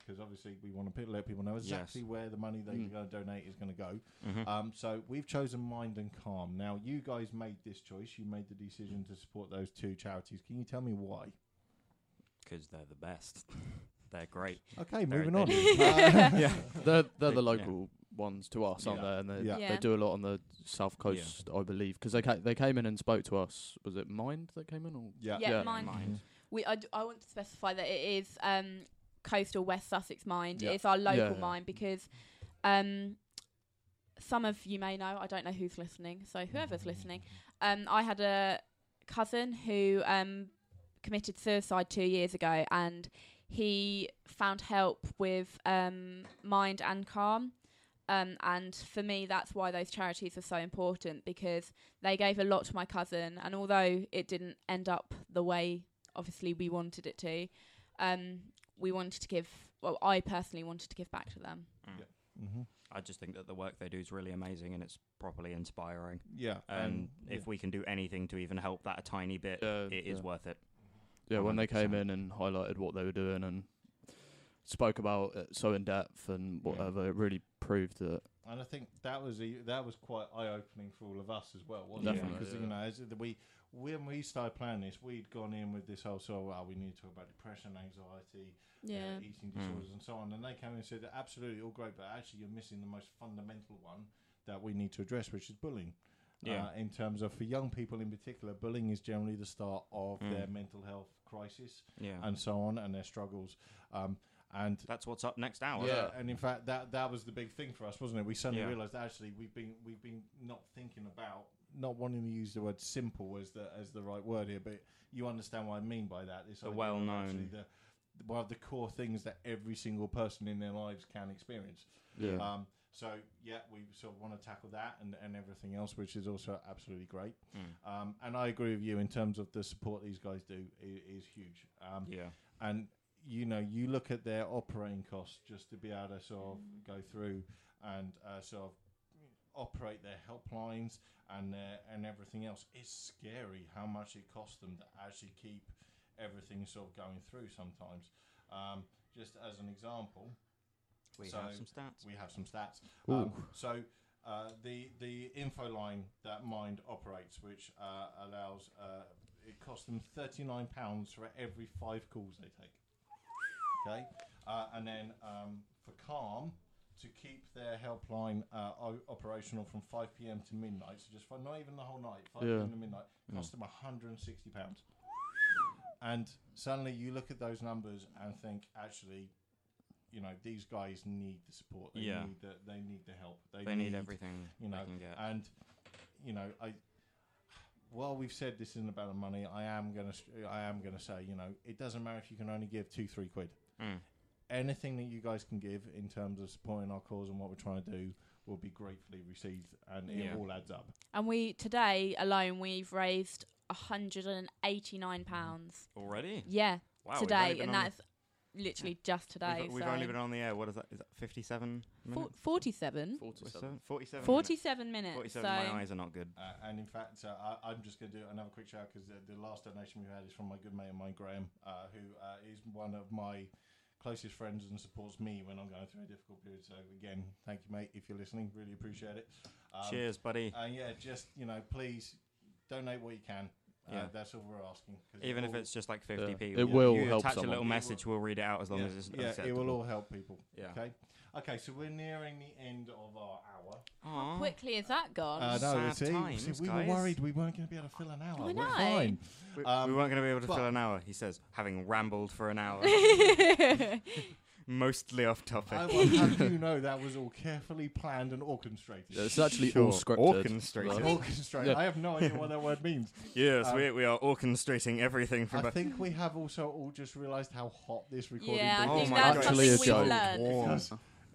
Because obviously we want to let people know exactly where the money they're
Mm.
going to donate is going to go.
[LAUGHS] Mhm.
Um, so we've chosen Mind and Calm. Now you guys made this choice. You made the decision to support those two charities. Can you tell me why?
'Cause they're the best. [LAUGHS] they're great.
Okay,
They're-
moving on.
they're-
Uh,
[LAUGHS] yeah,
[LAUGHS]
they're they're
Yeah.
the local ones to us, aren't
Yeah.
they? And they
Yeah.
they
Yeah.
do a lot on the south coast, I believe, because they ca- they came in and spoke to us. Was it Mind that came in or?
yeah.
Yeah,
Yeah.
mine.
Mind.
We I, d- I want to specify that it is um, coastal West Sussex mind.
Yeah.
It's our local
Yeah.
mind because um, some of you may know. I don't know who's listening. So whoever's listening, um, I had a cousin who um, committed suicide two years ago, and he found help with um, Mind and Calm. Um, and for me, that's why those charities are so important because they gave a lot to my cousin. And although it didn't end up the way, obviously, we wanted it to, um, we wanted to give, well, I personally wanted to give back to them.
Mhm.
I just think that the work they do is really amazing and it's properly inspiring.
Yeah.
And if we can do anything to even help that a tiny bit,
Yeah,
it is
yeah.
worth it.
Yeah, when they came
100%.
in and highlighted what they were doing and spoke about it so in depth and whatever, it really proved that.
and I think that was e that was quite eye opening for all of us as well, wasn't
Definitely,
it? Because
yeah.
you know, as the- we when we started planning this, we'd gone in with this whole sort of, well, we need to talk about depression, anxiety, uh, eating
Hmm.
disorders, and so on. And they came in and said, absolutely, all great, but actually, you're missing the most fundamental one that we need to address, which is bullying.
Yeah.
Uh, in terms of for young people in particular, bullying is generally the start of
Mm.
their mental health crisis
Yeah.
and so on, and their struggles. Um, and
That's what's up next hour.
Yeah.
yeah, and in fact, that that was the big thing for us, wasn't it? We suddenly
Yeah.
realised actually we've been we've been not thinking about not wanting to use the word simple as the as the right word here, but you understand what I mean by that. This
The
idea of
well-known.
actually the one of the core things that every single person in their lives can experience.
Yeah.
Um, so yeah, we sort of want to tackle that and, and everything else, which is also absolutely great.
Mm.
Um, and I agree with you in terms of the support these guys do is, is huge. Um,
Yeah.
and you know you look at their operating costs just to be able to sort of go through and uh, sort of operate their helplines and their, and everything else it's scary how much it costs them to actually keep everything sort of going through sometimes um, just as an example
We
So-
have some stats.
we have some stats. Um, so uh, the the info line that Mind operates, which uh, allows uh, it costs them thirty nine pounds for every five calls they take. Okay, uh, and then um, for Calm to keep their helpline uh, o- operational from five pm to midnight, so just for not even the whole night, five
Yeah.
pm to midnight, cost them one hundred and sixty pounds. And suddenly you look at those numbers and think, actually, you know, these guys need the support. They
Yeah.
need the, they need the help. They,
They need everything
You know, uh,
they can get.
and you know, I while we've said this isn't about the money, I am gonna st- I am gonna say, you know, it doesn't matter if you can only give two, three quid.
Mm.
Anything that you guys can give in terms of supporting our cause and what we're trying to do will be gratefully received, and
Yeah.
it all adds up.
And we today alone we've raised hundred and eighty nine pounds.
Already?
Yeah,
Wow. we've only
today,
been
and
on
that's literally just
the-
today.
We've, we've
so.
only been on the air. What is that? Is that 57
Four-
minutes?
47?
47.
47.
47 minutes.
47.
so
My eyes are not good.
Uh, and in fact, uh, I, I'm just going to do another quick shout because the, the last donation we had is from my good mate of mine, Graham, uh, who uh, is one of my closest friends and supports me when I'm going through a difficult period. So again, thank you, mate, if you're listening. Really appreciate it. Um,
Cheers, buddy.
And yeah, just you know, please donate what you can. Uh,
Yeah.
that's all we're asking. 'cause
Even
it
if
all-
it's just like
Yeah.
50p.
It
you-
will
you
help
attach a
someone.
little
It will-
message, we'll read it out as long
yeah,
as it's
yeah, it will
acceptable.
all help people.
Yeah.
Okay. Okay, so we're nearing the end of our hour.
Aw.
quickly has that gone? [LAUGHS]
Uh,
no,
Sad times,
we
guys.
were worried we weren't going to be able to fill an hour.
I
We're
know.
fine.
We,
Um,
we weren't going to be able to fill
but-
an hour, he says, having rambled for
[LAUGHS]
an hour, mostly off topic. [LAUGHS]
I will have you know that was all carefully planned and orchestrated.
Yeah, it's actually all
Sure.
scripted.
Orchestrated.
[LAUGHS]
Like,
Orchestrated.
Yeah.
I have no idea what that word
[LAUGHS]
means.
yes,
Um,
we, we are orchestrating everything from.
I
the-
think we have also all just realised how hot this recording
yeah,
booth
I
Oh
think
is.
my
that's
God.
Actually
something
a joke.
we've learned.
Because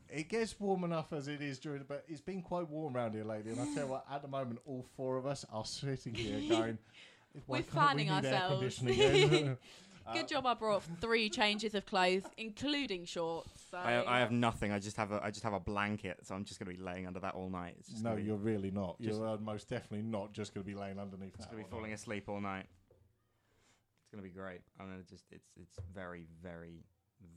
It gets warm enough as it is during, but it's been quite warm around here lately. And I tell you what, at the moment, all four of us are sitting
[LAUGHS]
here going, "Why
We're
can't we
fanning
need air
ourselves."
conditioning
[LAUGHS]
then?"
uh,
Good job I brought three changes of clothes, including shorts. So.
I, I have nothing. I just have a I just have a blanket, so I'm just going to be laying under that all night. It's
[LAUGHS]
just
no,
gonna be,
you're really not.
just-
You're uh, most definitely not just going to be laying underneath
It's
that.
gonna be
one.
falling asleep all night. It's gonna be great. I'm gonna just. It's it's very very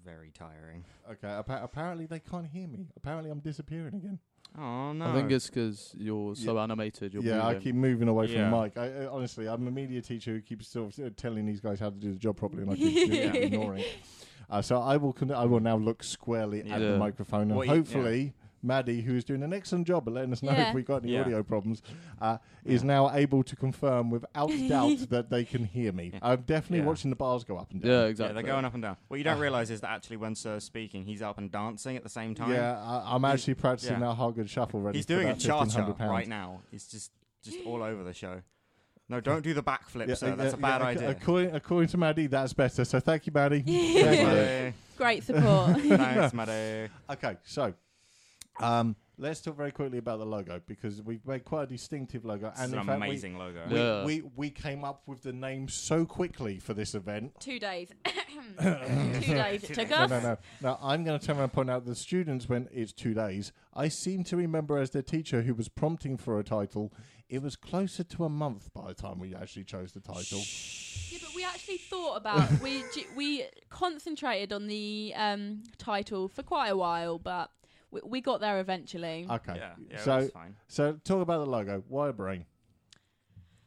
very tiring.
Okay. appa- apparently, they can't hear me. Apparently, I'm disappearing again.
Oh no!
I think it's because you're so animated. You're
yeah, I
moving.
keep moving away from
Yeah.
the mic. I, I, honestly, I'm a media teacher who keeps sort of uh, telling these guys how to do the job properly, and I keep
[LAUGHS] Yeah.
ignoring. it. Uh, so I will. Con- I will now look squarely at the
Yeah.
microphone, and
What you-
hopefully, Maddie, who is doing an excellent job at letting us know
Yeah.
if we got any
Yeah.
audio problems, uh, is now able to confirm without doubt that they can hear me. I'm definitely
Yeah.
watching the bars go up and down.
yeah,
yeah,
exactly.
they're going up and down. What you
Ah.
don't realise is that actually when Sir's speaking, he's up and dancing at the same time.
Yeah, I, I'm actually practicing
yeah.
our Hargood Shuffle. Ready
he's
for
doing a
that
cha cha
1500 pounds.
right now. It's just just all over the show. No, don't do the backflip, sir.
uh,
That's a
yeah,
bad
ac-
idea. [LAUGHS]
According, according to Maddie, that's better. So thank you, Maddie. Thank you.
Maddie.
Great support. [LAUGHS]
[LAUGHS]
Thanks, Maddie.
Okay, so um, let's talk very quickly about the logo because we've made quite a distinctive logo,
It's
and
an
in fact,
amazing logo.
we, we,
Yeah.
we we came up with the name so quickly for this event.
Two days. [COUGHS] Two days it took
No,
No,
us.
no,
[LAUGHS]
no. Now I'm going to turn around and point out the students went. It's two days. I seem to remember as their teacher who was prompting for a title. It was closer to a month by the time we actually chose the [LAUGHS] title.
Yeah, but we actually thought about
[LAUGHS]
we ju- we concentrated on the um, title for quite a while, but we, we got there eventually.
Okay.
Yeah, yeah,
so
that's fine.
so talk about the logo. Why a brain?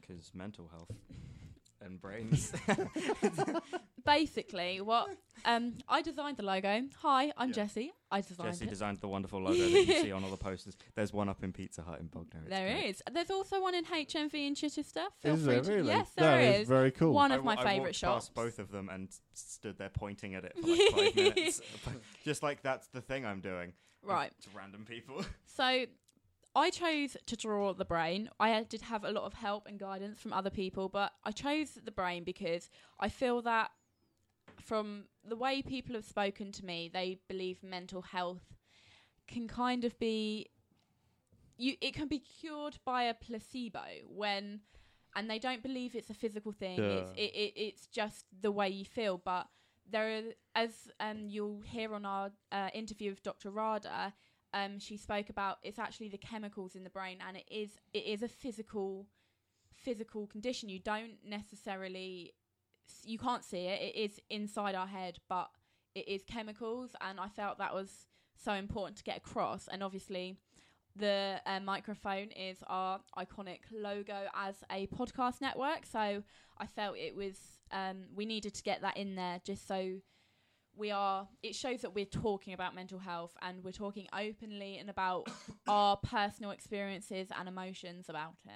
Because mental health and brains.
Basically, what Um, I designed the logo. Hi, I'm
Yeah.
Jessie. I designed
Jesse
it.
designed the wonderful logo that you see on all the posters. There's one up in Pizza Hut in Bognor. It's
There
great.
is. There's also one in HMV in Chichester. Feel
is
free
there
to-
really?
Yes,
that
there
is.
is.
very cool.
One
I
of my
wa- I
favourite
walked
shops.
Past both of them and s- stood there pointing
[LAUGHS]
at it for like five minutes, [LAUGHS] just like that's the thing I'm doing.
Right.
To random people. [LAUGHS]
So I chose to draw the brain. I did have a lot of help and guidance from other people, but I chose the brain because I feel that from the way people have spoken to me, they believe mental health can kind of be you it can be cured by a placebo when and they don't believe it's a physical thing it's,
Yeah.
it, it, it's just the way you feel but there are as um, you'll hear on our uh, interview with dr rada um, she spoke about it's actually the chemicals in the brain and it is it is a physical physical condition you don't necessarily s- you can't see it it is inside our head but it is chemicals and i felt that was so important to get across and obviously the uh, microphone is our iconic logo as a podcast network so i felt it was um, we needed to get that in there just so we are it shows that we're talking about mental health and we're talking openly and about [COUGHS] our personal experiences and emotions about it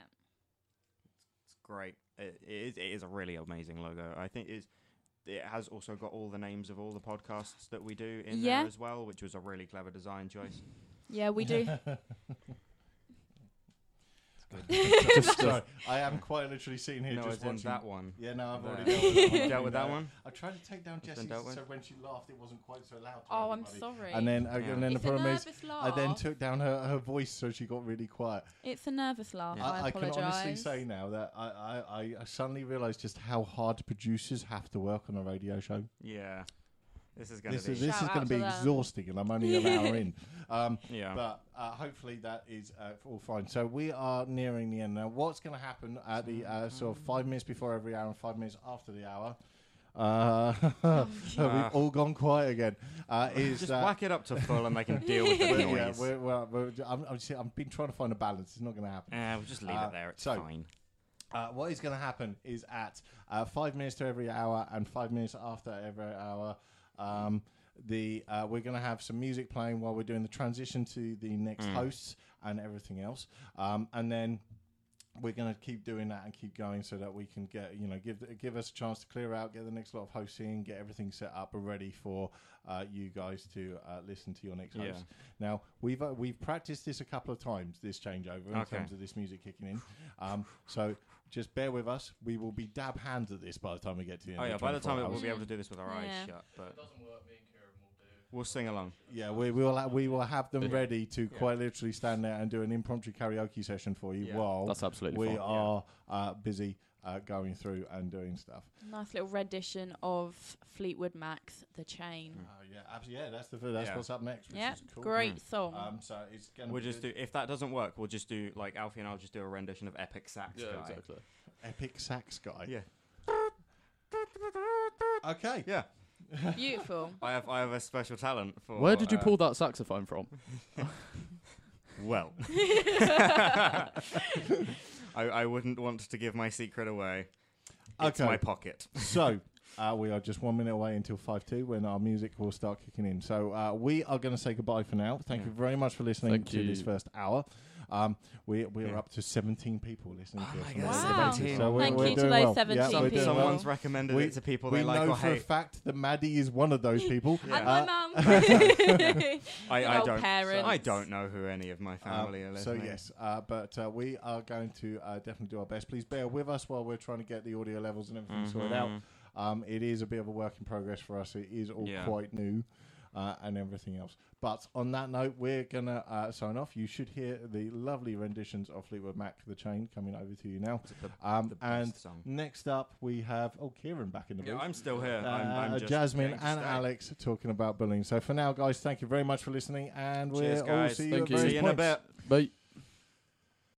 It's great. It, it is. It is a really amazing logo. I think it is. It has also got all the names of all the podcasts that we do in
Yeah.
there as well, which was a really clever design choice.
yeah
[LAUGHS]
we
[LAUGHS]
do [LAUGHS]
Just,
[LAUGHS]
uh,
Sorry, I am quite literally sitting here
no,
just
as in
watching. [LAUGHS]
that one.
Yeah, no, I've already
There.
dealt with that one.
You [LAUGHS] dealt with that
No.
one.
I tried to take down
It's been
Jessie
dealt with.
so when she laughed, it wasn't quite so loud. to
oh i'm
everybody.
sorry
And then, uh,
Yeah.
and then the
it's a
problem
nervous
is, I
laugh
then took down her, her voice, so she got really quiet.
it's a nervous laugh
Yeah.
i,
I, I can
apologize
honestly say now that I, I, I- I suddenly realised just how hard producers have to work on a radio show.
Yeah. This is going
This
to be.
is, this
Shout
is
out
going to
to
be
them.
exhausting, and I'm only an hour in.
[LAUGHS]
Um,
yeah.
But uh, hopefully that is uh, all fine. So we are nearing the end now. What's going to happen at the uh, sort of five minutes before every hour and five minutes after the hour? Uh, [LAUGHS]
Ah.
we've all gone quiet again. Uh, is
[LAUGHS] just
that?
whack it up to full and they can deal with the
we're-
noise.
[LAUGHS] yeah, we're, we're, we're, I'm, I'm, see, I've been trying to find a balance. It's not going to happen.
Eh, we'll just leave
Uh,
it there. It's
so-
fine.
Uh, what is going to happen is at uh, five minutes to every hour and five minutes after every hour. Um, the uh, we're going to have some music playing while we're doing the transition to the next
Mm.
hosts and everything else, um, and then we're going to keep doing that and keep going so that we can get you know give give us a chance to clear out, get the next lot of hosts in, get everything set up and ready for uh, you guys to uh, listen to your next
Yeah.
host. Now we've uh, we've practiced this a couple of times this changeover in
Okay.
terms of this music kicking in, um, so just bear with us. We will be dab hands at this by the time we get to the end.
Oh
of
yeah, by the
24
time it, we'll
hours.
be able to do this with our eyes
Yeah.
shut, but
doesn't work, me and Kieran will do.
we'll sing along.
yeah, we will ha- we will have them
Yeah.
ready to
Yeah.
quite literally stand there and do an impromptu karaoke session for you
Yeah.
while
That's absolutely
we
fine.
are uh, busy uh, going through and doing stuff.
nice little rendition of fleetwood mac's the chain
Oh yeah, absolutely. Yeah, that's the that's
Mm. Yeah.
what's up next. Which
yeah
is cool.
great song
Um, so it's gonna
We'll
be
just do
good.
if that doesn't work, we'll just do like Alfie and I'll just do a rendition of Epic Sax
Yeah,
Guy.
exactly.
epic sax guy.
Yeah.
Okay.
Yeah.
Um, [LAUGHS]
beautiful
I have I have a special talent for
Where did you
uh,
pull that saxophone from?
Well
[LAUGHS]
I, I wouldn't want to give my secret away. It's
Okay.
my pocket.
so uh, we are just one minute away until 5 2 when our music will start kicking in. So uh, we are going to say goodbye for now. Thank
Yeah.
you very much for listening
Thank
to this
you.
first hour. Um, we we are
Yeah.
up to 17 people listening
Oh
to us.
my
from
God,
now.
17.
So we're,
Thank
we're
you to
doing
those
well.
17
yeah, we're doing
people.
well.
Someone's recommended
We-
it to people
We
they like "Oh,
know
or
for a
hate.
fact that Maddie is one of those
[LAUGHS]
people.
Yeah.
and
Uh, [LAUGHS]
my mum [LAUGHS]
I,
Good
I
old
don't
parents.
I don't know who any of my
Um,
family are
so
listening.
yes, uh, but uh, we are going to uh, definitely do our best. Please bear with us while we're trying to get the audio levels and everything sorted out.
Mhm.
Um, it is a bit of a work in progress for us. It is all
Yeah.
quite new uh, and everything else. But on that note, we're going to uh, sign off. You should hear the lovely renditions of Fleetwood Mac, The Chain, coming over to you now.
It's the-
Um,
the best
and
song.
next up, we have, oh, Kieran back in the
Yeah,
booth.
I'm still here.
Uh,
I'm, I'm just
Jasmine
getting to
and
stay.
Alex talking about bullying. So for now, guys, thank you very much for listening, and we'll
Cheers,
all
guys.
see you
Thank
at
you.
various
See you in a
points.
bit.
But